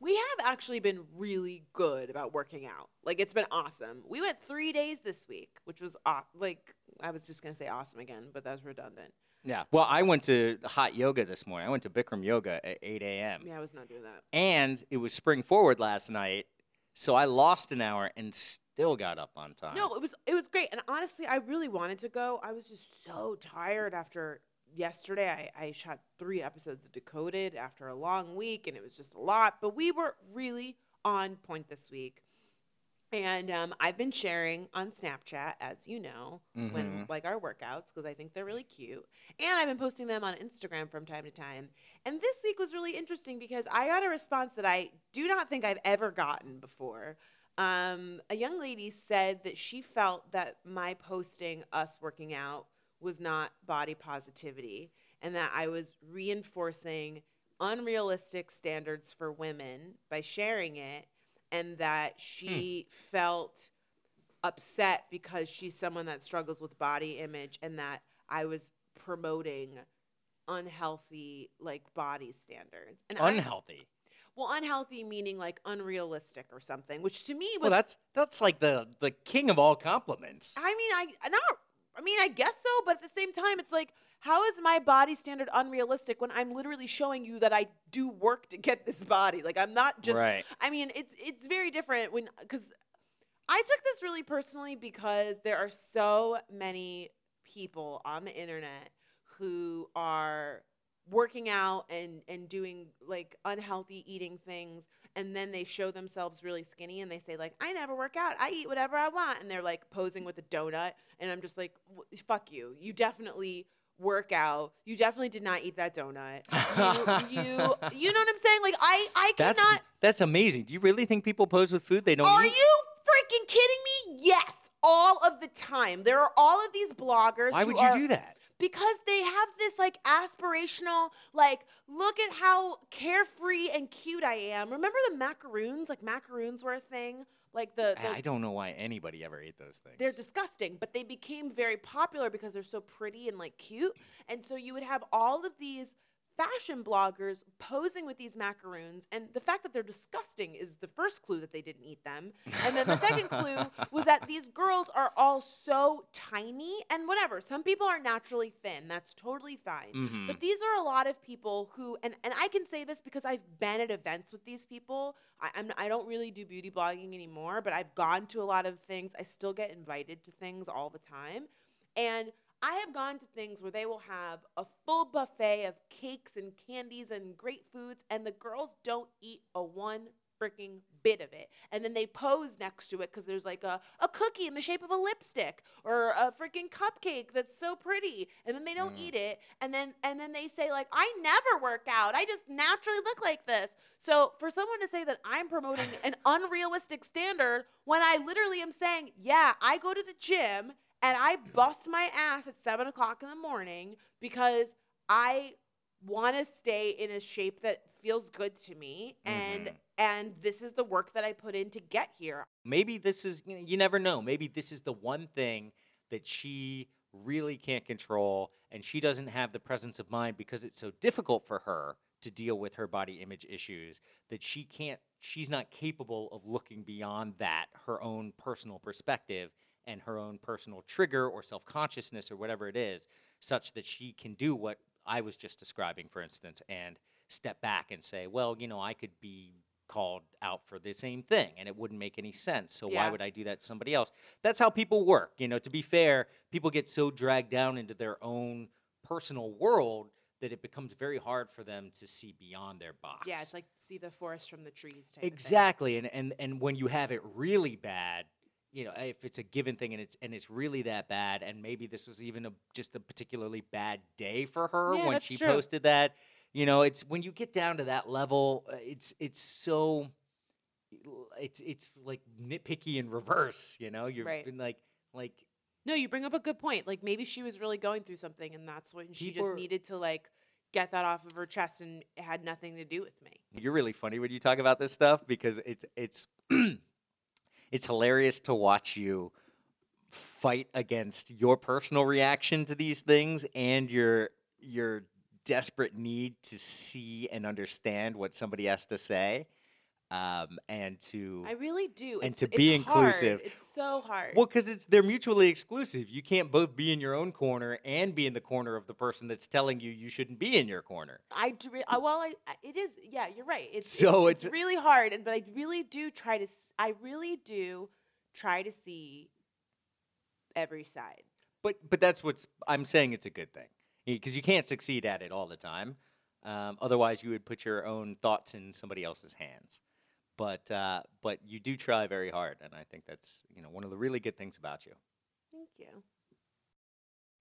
We have actually been really good about working out. Like it's been awesome. We went 3 days this week, which was aw- like I was just going to say awesome again, but that's redundant. Yeah. Well, I went to hot yoga this morning. I went to Bikram yoga at 8 a.m. Yeah, I was not doing that. and it was spring forward last night, so I lost an hour and still got up on time. No, it was it was great. And honestly, I really wanted to go. I was just so tired after yesterday. I, I shot three episodes of Decoded after a long week and it was just a lot. But we were really on point this week. And um, I've been sharing on Snapchat, as you know, when Mhm. like our workouts because I think they're really cute. And I've been posting them on Instagram from time to time. And this week was really interesting because I got a response that I do not think I've ever gotten before. Um, a young lady said that she felt that my posting us working out was not body positivity and that I was reinforcing unrealistic standards for women by sharing it and that she Hmm. felt upset because she's someone that struggles with body image and that I was promoting unhealthy like body standards and I- Unhealthy. well unhealthy meaning like unrealistic or something which to me was Well, that's that's like the the king of all compliments. I mean, I not. I mean, I guess so, but at the same time, it's like, how is my body standard unrealistic when I'm literally showing you that I do work to get this body? Like, I'm not just. right. I mean, it's it's very different when because I took this really personally because there are so many people on the internet who are working out and and doing like unhealthy eating things and then they show themselves really skinny and they say like I never work out I eat whatever I want and they're like posing with a donut and I'm just like "W- fuck you you definitely work out you definitely did not eat that donut [LAUGHS] [LAUGHS] you, you you know what I'm saying like I I That's cannot that's amazing. Do you really think people pose with food they don't are eat? you freaking kidding me? Yes, all of the time. There are all of these bloggers. Why who would you are- do that? Because they have this like aspirational, like, look at how carefree and cute I am. Remember the macaroons? Like macaroons were a thing. Like the, I- the I don't know why anybody ever ate those things. they're disgusting, but they became very popular because they're so pretty and like cute. And so you would have all of these fashion bloggers posing with these macaroons and the fact that they're disgusting is the first clue that they didn't eat them. And then the second clue was that these girls are all so tiny and whatever. Some people are naturally thin. That's totally fine. [LAUGHS] Mhm. But these are a lot of people who, and, and I can say this because I've been at events with these people. I, I'm, I don't really do beauty blogging anymore, but I've gone to a lot of things. I still get invited to things all the time. And I have gone to things where they will have a full buffet of cakes and candies and great foods, and the girls don't eat a one freaking bit of it. And then they pose next to it because there's like a, a cookie in the shape of a lipstick or a freaking cupcake that's so pretty. And then they don't Mm. eat it. And then and then they say like, I never work out. I just naturally look like this. So for someone to say that I'm promoting an unrealistic standard when I literally am saying, yeah, I go to the gym and I bust my ass at seven o'clock in the morning because I want to stay in a shape that feels good to me and Mhm. and this is the work that I put in to get here. Maybe this is you, know, you never know. Maybe this is the one thing that she really can't control and she doesn't have the presence of mind because it's so difficult for her to deal with her body image issues that she can't she's not capable of looking beyond that her own personal perspective and her own personal trigger or self-consciousness or whatever it is such that she can do what I was just describing for instance and step back and say well you know I could be called out for the same thing and it wouldn't make any sense so why Yeah. would I do that to somebody else that's how people work you know to be fair people get so dragged down into their own personal world that it becomes very hard for them to see beyond their box Yeah, it's like see the forest from the trees type of thing. exactly and and and when you have it really bad you know if it's a given thing and it's and it's really that bad and maybe this was even a just a particularly bad day for her Yeah, when that's she true. posted that you know it's when you get down to that level uh, it's it's so it's it's like nitpicky in reverse you know you're Right. been like like No, you bring up a good point. Like maybe she was really going through something and that's when she People just are- needed to like get that off of her chest and it had nothing to do with me. You're really funny when you talk about this stuff because it's it's [CLEARS THROAT] it's hilarious to watch you fight against your personal reaction to these things and your your desperate need to see and understand what somebody has to say um, and to I really do. And it's, to it's be hard. inclusive. It's so hard. well because it's they're mutually exclusive you can't both be in your own corner and be in the corner of the person that's telling you you shouldn't be in your corner I do. Re- I, well, I, I- it is. Yeah, you're right. It's So so it's, it's- really hard, and but I really do try to. s- I really do try to see every side. but but that's what's I'm saying it's a good thing because you can't succeed at it all the time. Um, otherwise, you would put your own thoughts in somebody else's hands. but uh, but you do try very hard, and I think that's you know one of the really good things about you. Thank you.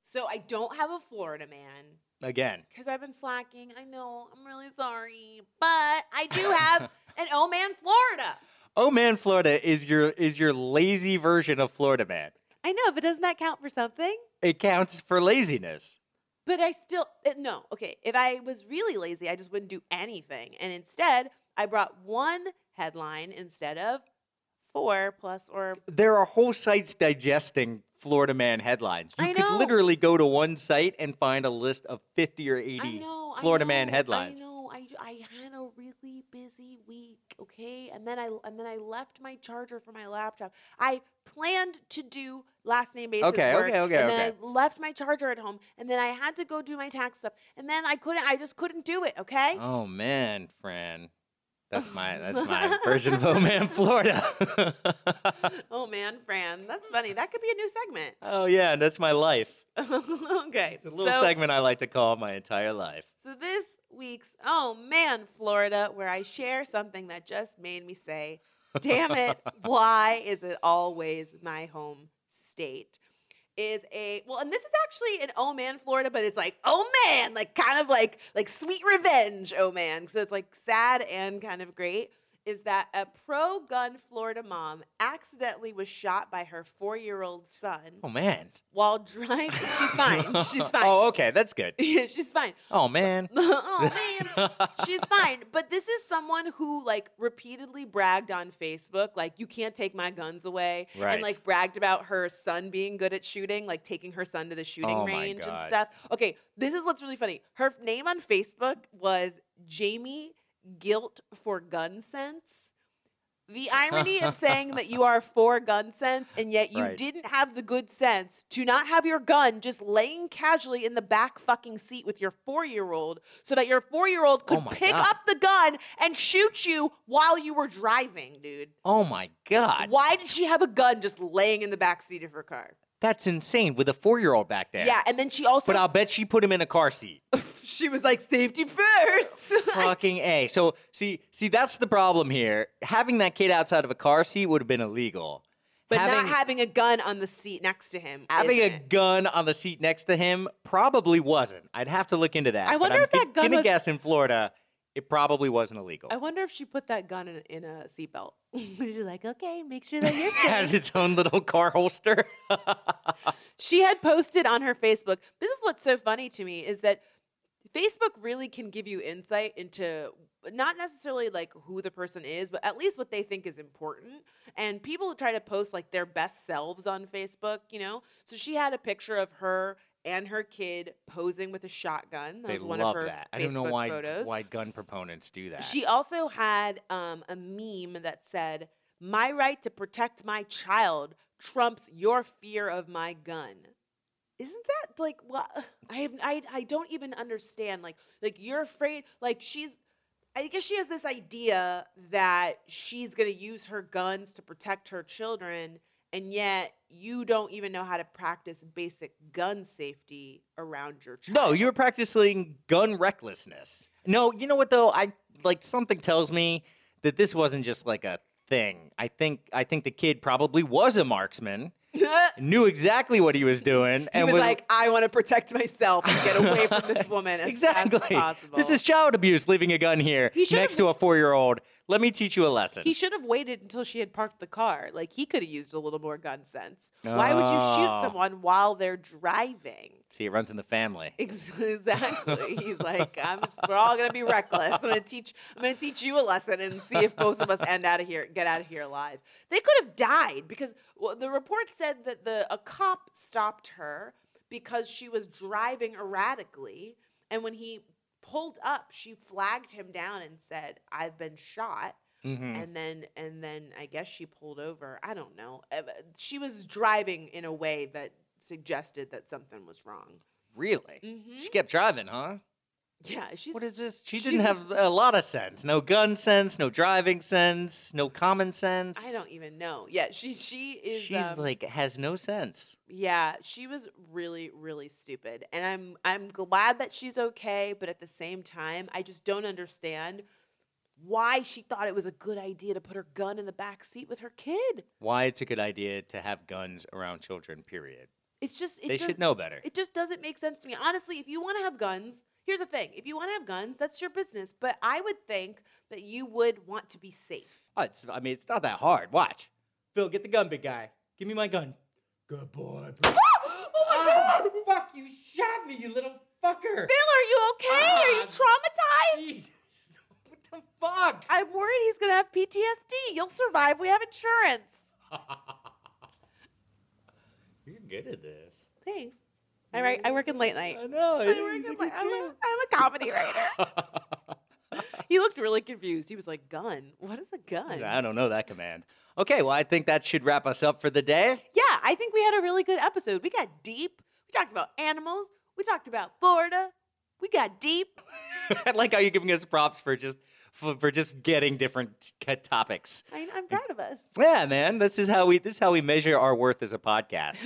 So I don't have a Florida man Again, because I've been slacking. I know. I'm really sorry, but I do [LAUGHS] have an Oh Man Florida. oh man, Florida is your is your lazy version of Florida man. I know, but doesn't that count for something? It counts for laziness. But I still uh, no. Okay, if I was really lazy, I just wouldn't do anything. And instead, I brought one headline instead of four plus or There are whole sites digesting Florida man headlines. You I could know. literally go to one site and find a list of 50 or 80 I know, I Florida man know, headlines. I know. I, I had a really busy week, okay? And then I and then I left my charger for my laptop. I planned to do last name basis Okay, work, okay, okay, and then okay. I left my charger at home, and then I had to go do my tax stuff, and then I couldn't. I just couldn't do it, okay? Oh man, Fran. That's [LAUGHS] my that's my version of Oh Man Florida. [LAUGHS] oh man, Fran, that's funny. That could be a new segment. oh yeah, that's my life. [LAUGHS] okay. It's a little so, segment I like to call my entire life. So this week's Oh Man Florida, where I share something that just made me say, damn [LAUGHS] it, why is it always my home state? Is a well, and this is actually an oh man Florida, but it's like oh man, like kind of like like sweet revenge, oh man. So it's like sad and kind of great. Is that a pro gun Florida mom accidentally was shot by her four year old son Oh man. while driving? She's fine. She's fine. [LAUGHS] oh, okay, that's good. [LAUGHS] Yeah, she's fine. Oh man. [LAUGHS] oh man, she's fine. But this is someone who like repeatedly bragged on Facebook, like you can't take my guns away, Right. and like bragged about her son being good at shooting, like taking her son to the shooting Oh my range and God. stuff. Okay, this is what's really funny. Her name on Facebook was Jamie Guilt for Gun Sense. The irony [LAUGHS] of saying that you are for gun sense and yet you Right. didn't have the good sense to not have your gun just laying casually in the back fucking seat with your four year old so that your four year old could Oh my pick God. up the gun and shoot you while you were driving, dude. Oh my god. Why did she have a gun just laying in the back seat of her car? That's insane with a 4-year-old back there. Yeah, and then she also But I'll bet she put him in a car seat. [LAUGHS] she was like safety first. [LAUGHS] Fucking A. So see see that's the problem here. Having that kid outside of a car seat would have been illegal. but not Having- having a gun on the seat next to him. Having a isn't. gun on the seat next to him probably wasn't. I'd have to look into that. I but wonder I'm if that gun gonna was- guess in Florida, it probably wasn't illegal. I wonder if she put that gun in, in a seatbelt. [LAUGHS] She's like, okay, make sure that you're [LAUGHS] It has safe. its own little [LAUGHS] car holster. she had posted on her Facebook. This is what's so funny to me is that Facebook really can give you insight into not necessarily like who the person is, but at least what they think is important. And people try to post like their best selves on Facebook, you know? So she had a picture of her and her kid posing with a shotgun. That they was one love of her that. Facebook I don't know why photos. why gun proponents do that. She also had um, a meme that said, "My right to protect my child trumps your fear of my gun." Isn't that like what [SIGHS] I have? I I don't even understand. Like like you're afraid. Like she's. I guess she has this idea that she's going to use her guns to protect her children, and yet you don't even know how to practice basic gun safety around your child. No, you were practicing gun recklessness. No, you know what though? I like something tells me that this wasn't just like a thing. I think I think the kid probably was a marksman, [LAUGHS] [LAUGHS] knew exactly what he was doing, He and was, like, I want to protect myself and get away from this woman [LAUGHS] as exactly. fast as possible. This is child abuse. Leaving a gun here He should've- next to a four-year-old. Let me teach you a lesson. he should have waited until she had parked the car. Like he could have used a little more gun sense. Why would you shoot Oh. someone while they're driving? See, it runs in the family. Ex- [LAUGHS] Exactly. He's like, I'm just, we're all gonna be reckless. I'm gonna teach. I'm gonna teach you a lesson and see if both of us end out of here, get out of here alive. They could have died because well, the report said that the a cop stopped her because she was driving erratically, and when he pulled up, she flagged him down and said, "I've been shot." Mhm. and then and then I guess she pulled over. I don't know. Uh, She was driving in a way that suggested that something was wrong. Really? hmm She kept driving, huh? Yeah, she's. What is this? She she's didn't a- have a lot of sense. No gun sense, no driving sense, no common sense. I don't even know. Yeah, she she is. She's um, like has no sense. yeah, she was really really stupid, and I'm I'm glad that she's okay, but at the same time, I just don't understand why she thought it was a good idea to put her gun in the back seat with her kid. Why it's a good idea to have guns around children, period. It's just it they does- should know better. It just doesn't make sense to me. Honestly, if you want to have guns, here's the thing. If you want to have guns, that's your business. But I would think that you would want to be safe. Oh, it's, I mean, it's not that hard. Watch. Phil, get the gun, big guy. Give me my gun. Good boy. Ah, oh my god! fuck, you shot me, you little fucker. Bill, are you okay? are you Ah. traumatized? Jesus. What the [LAUGHS] fuck? I'm worried he's gonna have PTSD. You'll survive. We have insurance. You're good at this. Thanks. I write, I work in late night. I know. I work in look li- at I'm, a, you. I'm a comedy writer. [LAUGHS] He looked really confused. He was like, "Gun? What is a gun?" I don't know that command. Okay, well, I think that should wrap us up for the day. [LAUGHS] Yeah, I think we had a really good episode. We got deep. We talked about animals. We talked about Florida. We got deep. I like how you're giving us props for just for, for just getting different ca- topics. I, I'm proud of us. Yeah, man, this is how we this is how we measure our worth as [LAUGHS] a [LAUGHS] podcast.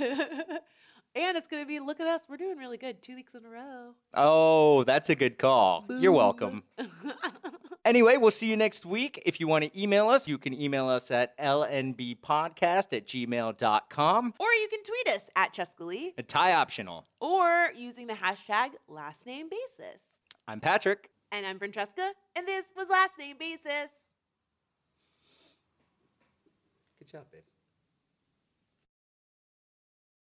and it's going to be look at us. We're doing really good two weeks in a [LAUGHS] row. oh, that's a good call. You're Boom. welcome. Anyway, we'll see you next week. If you want to email us, you can email us at lnbpodcast at gmail.com. or you can tweet us at Chescalee A tie optional. or using the hashtag last name basis. I'm Patrick. And I'm Francesca, and this was Last Name Basis. Good job, babe.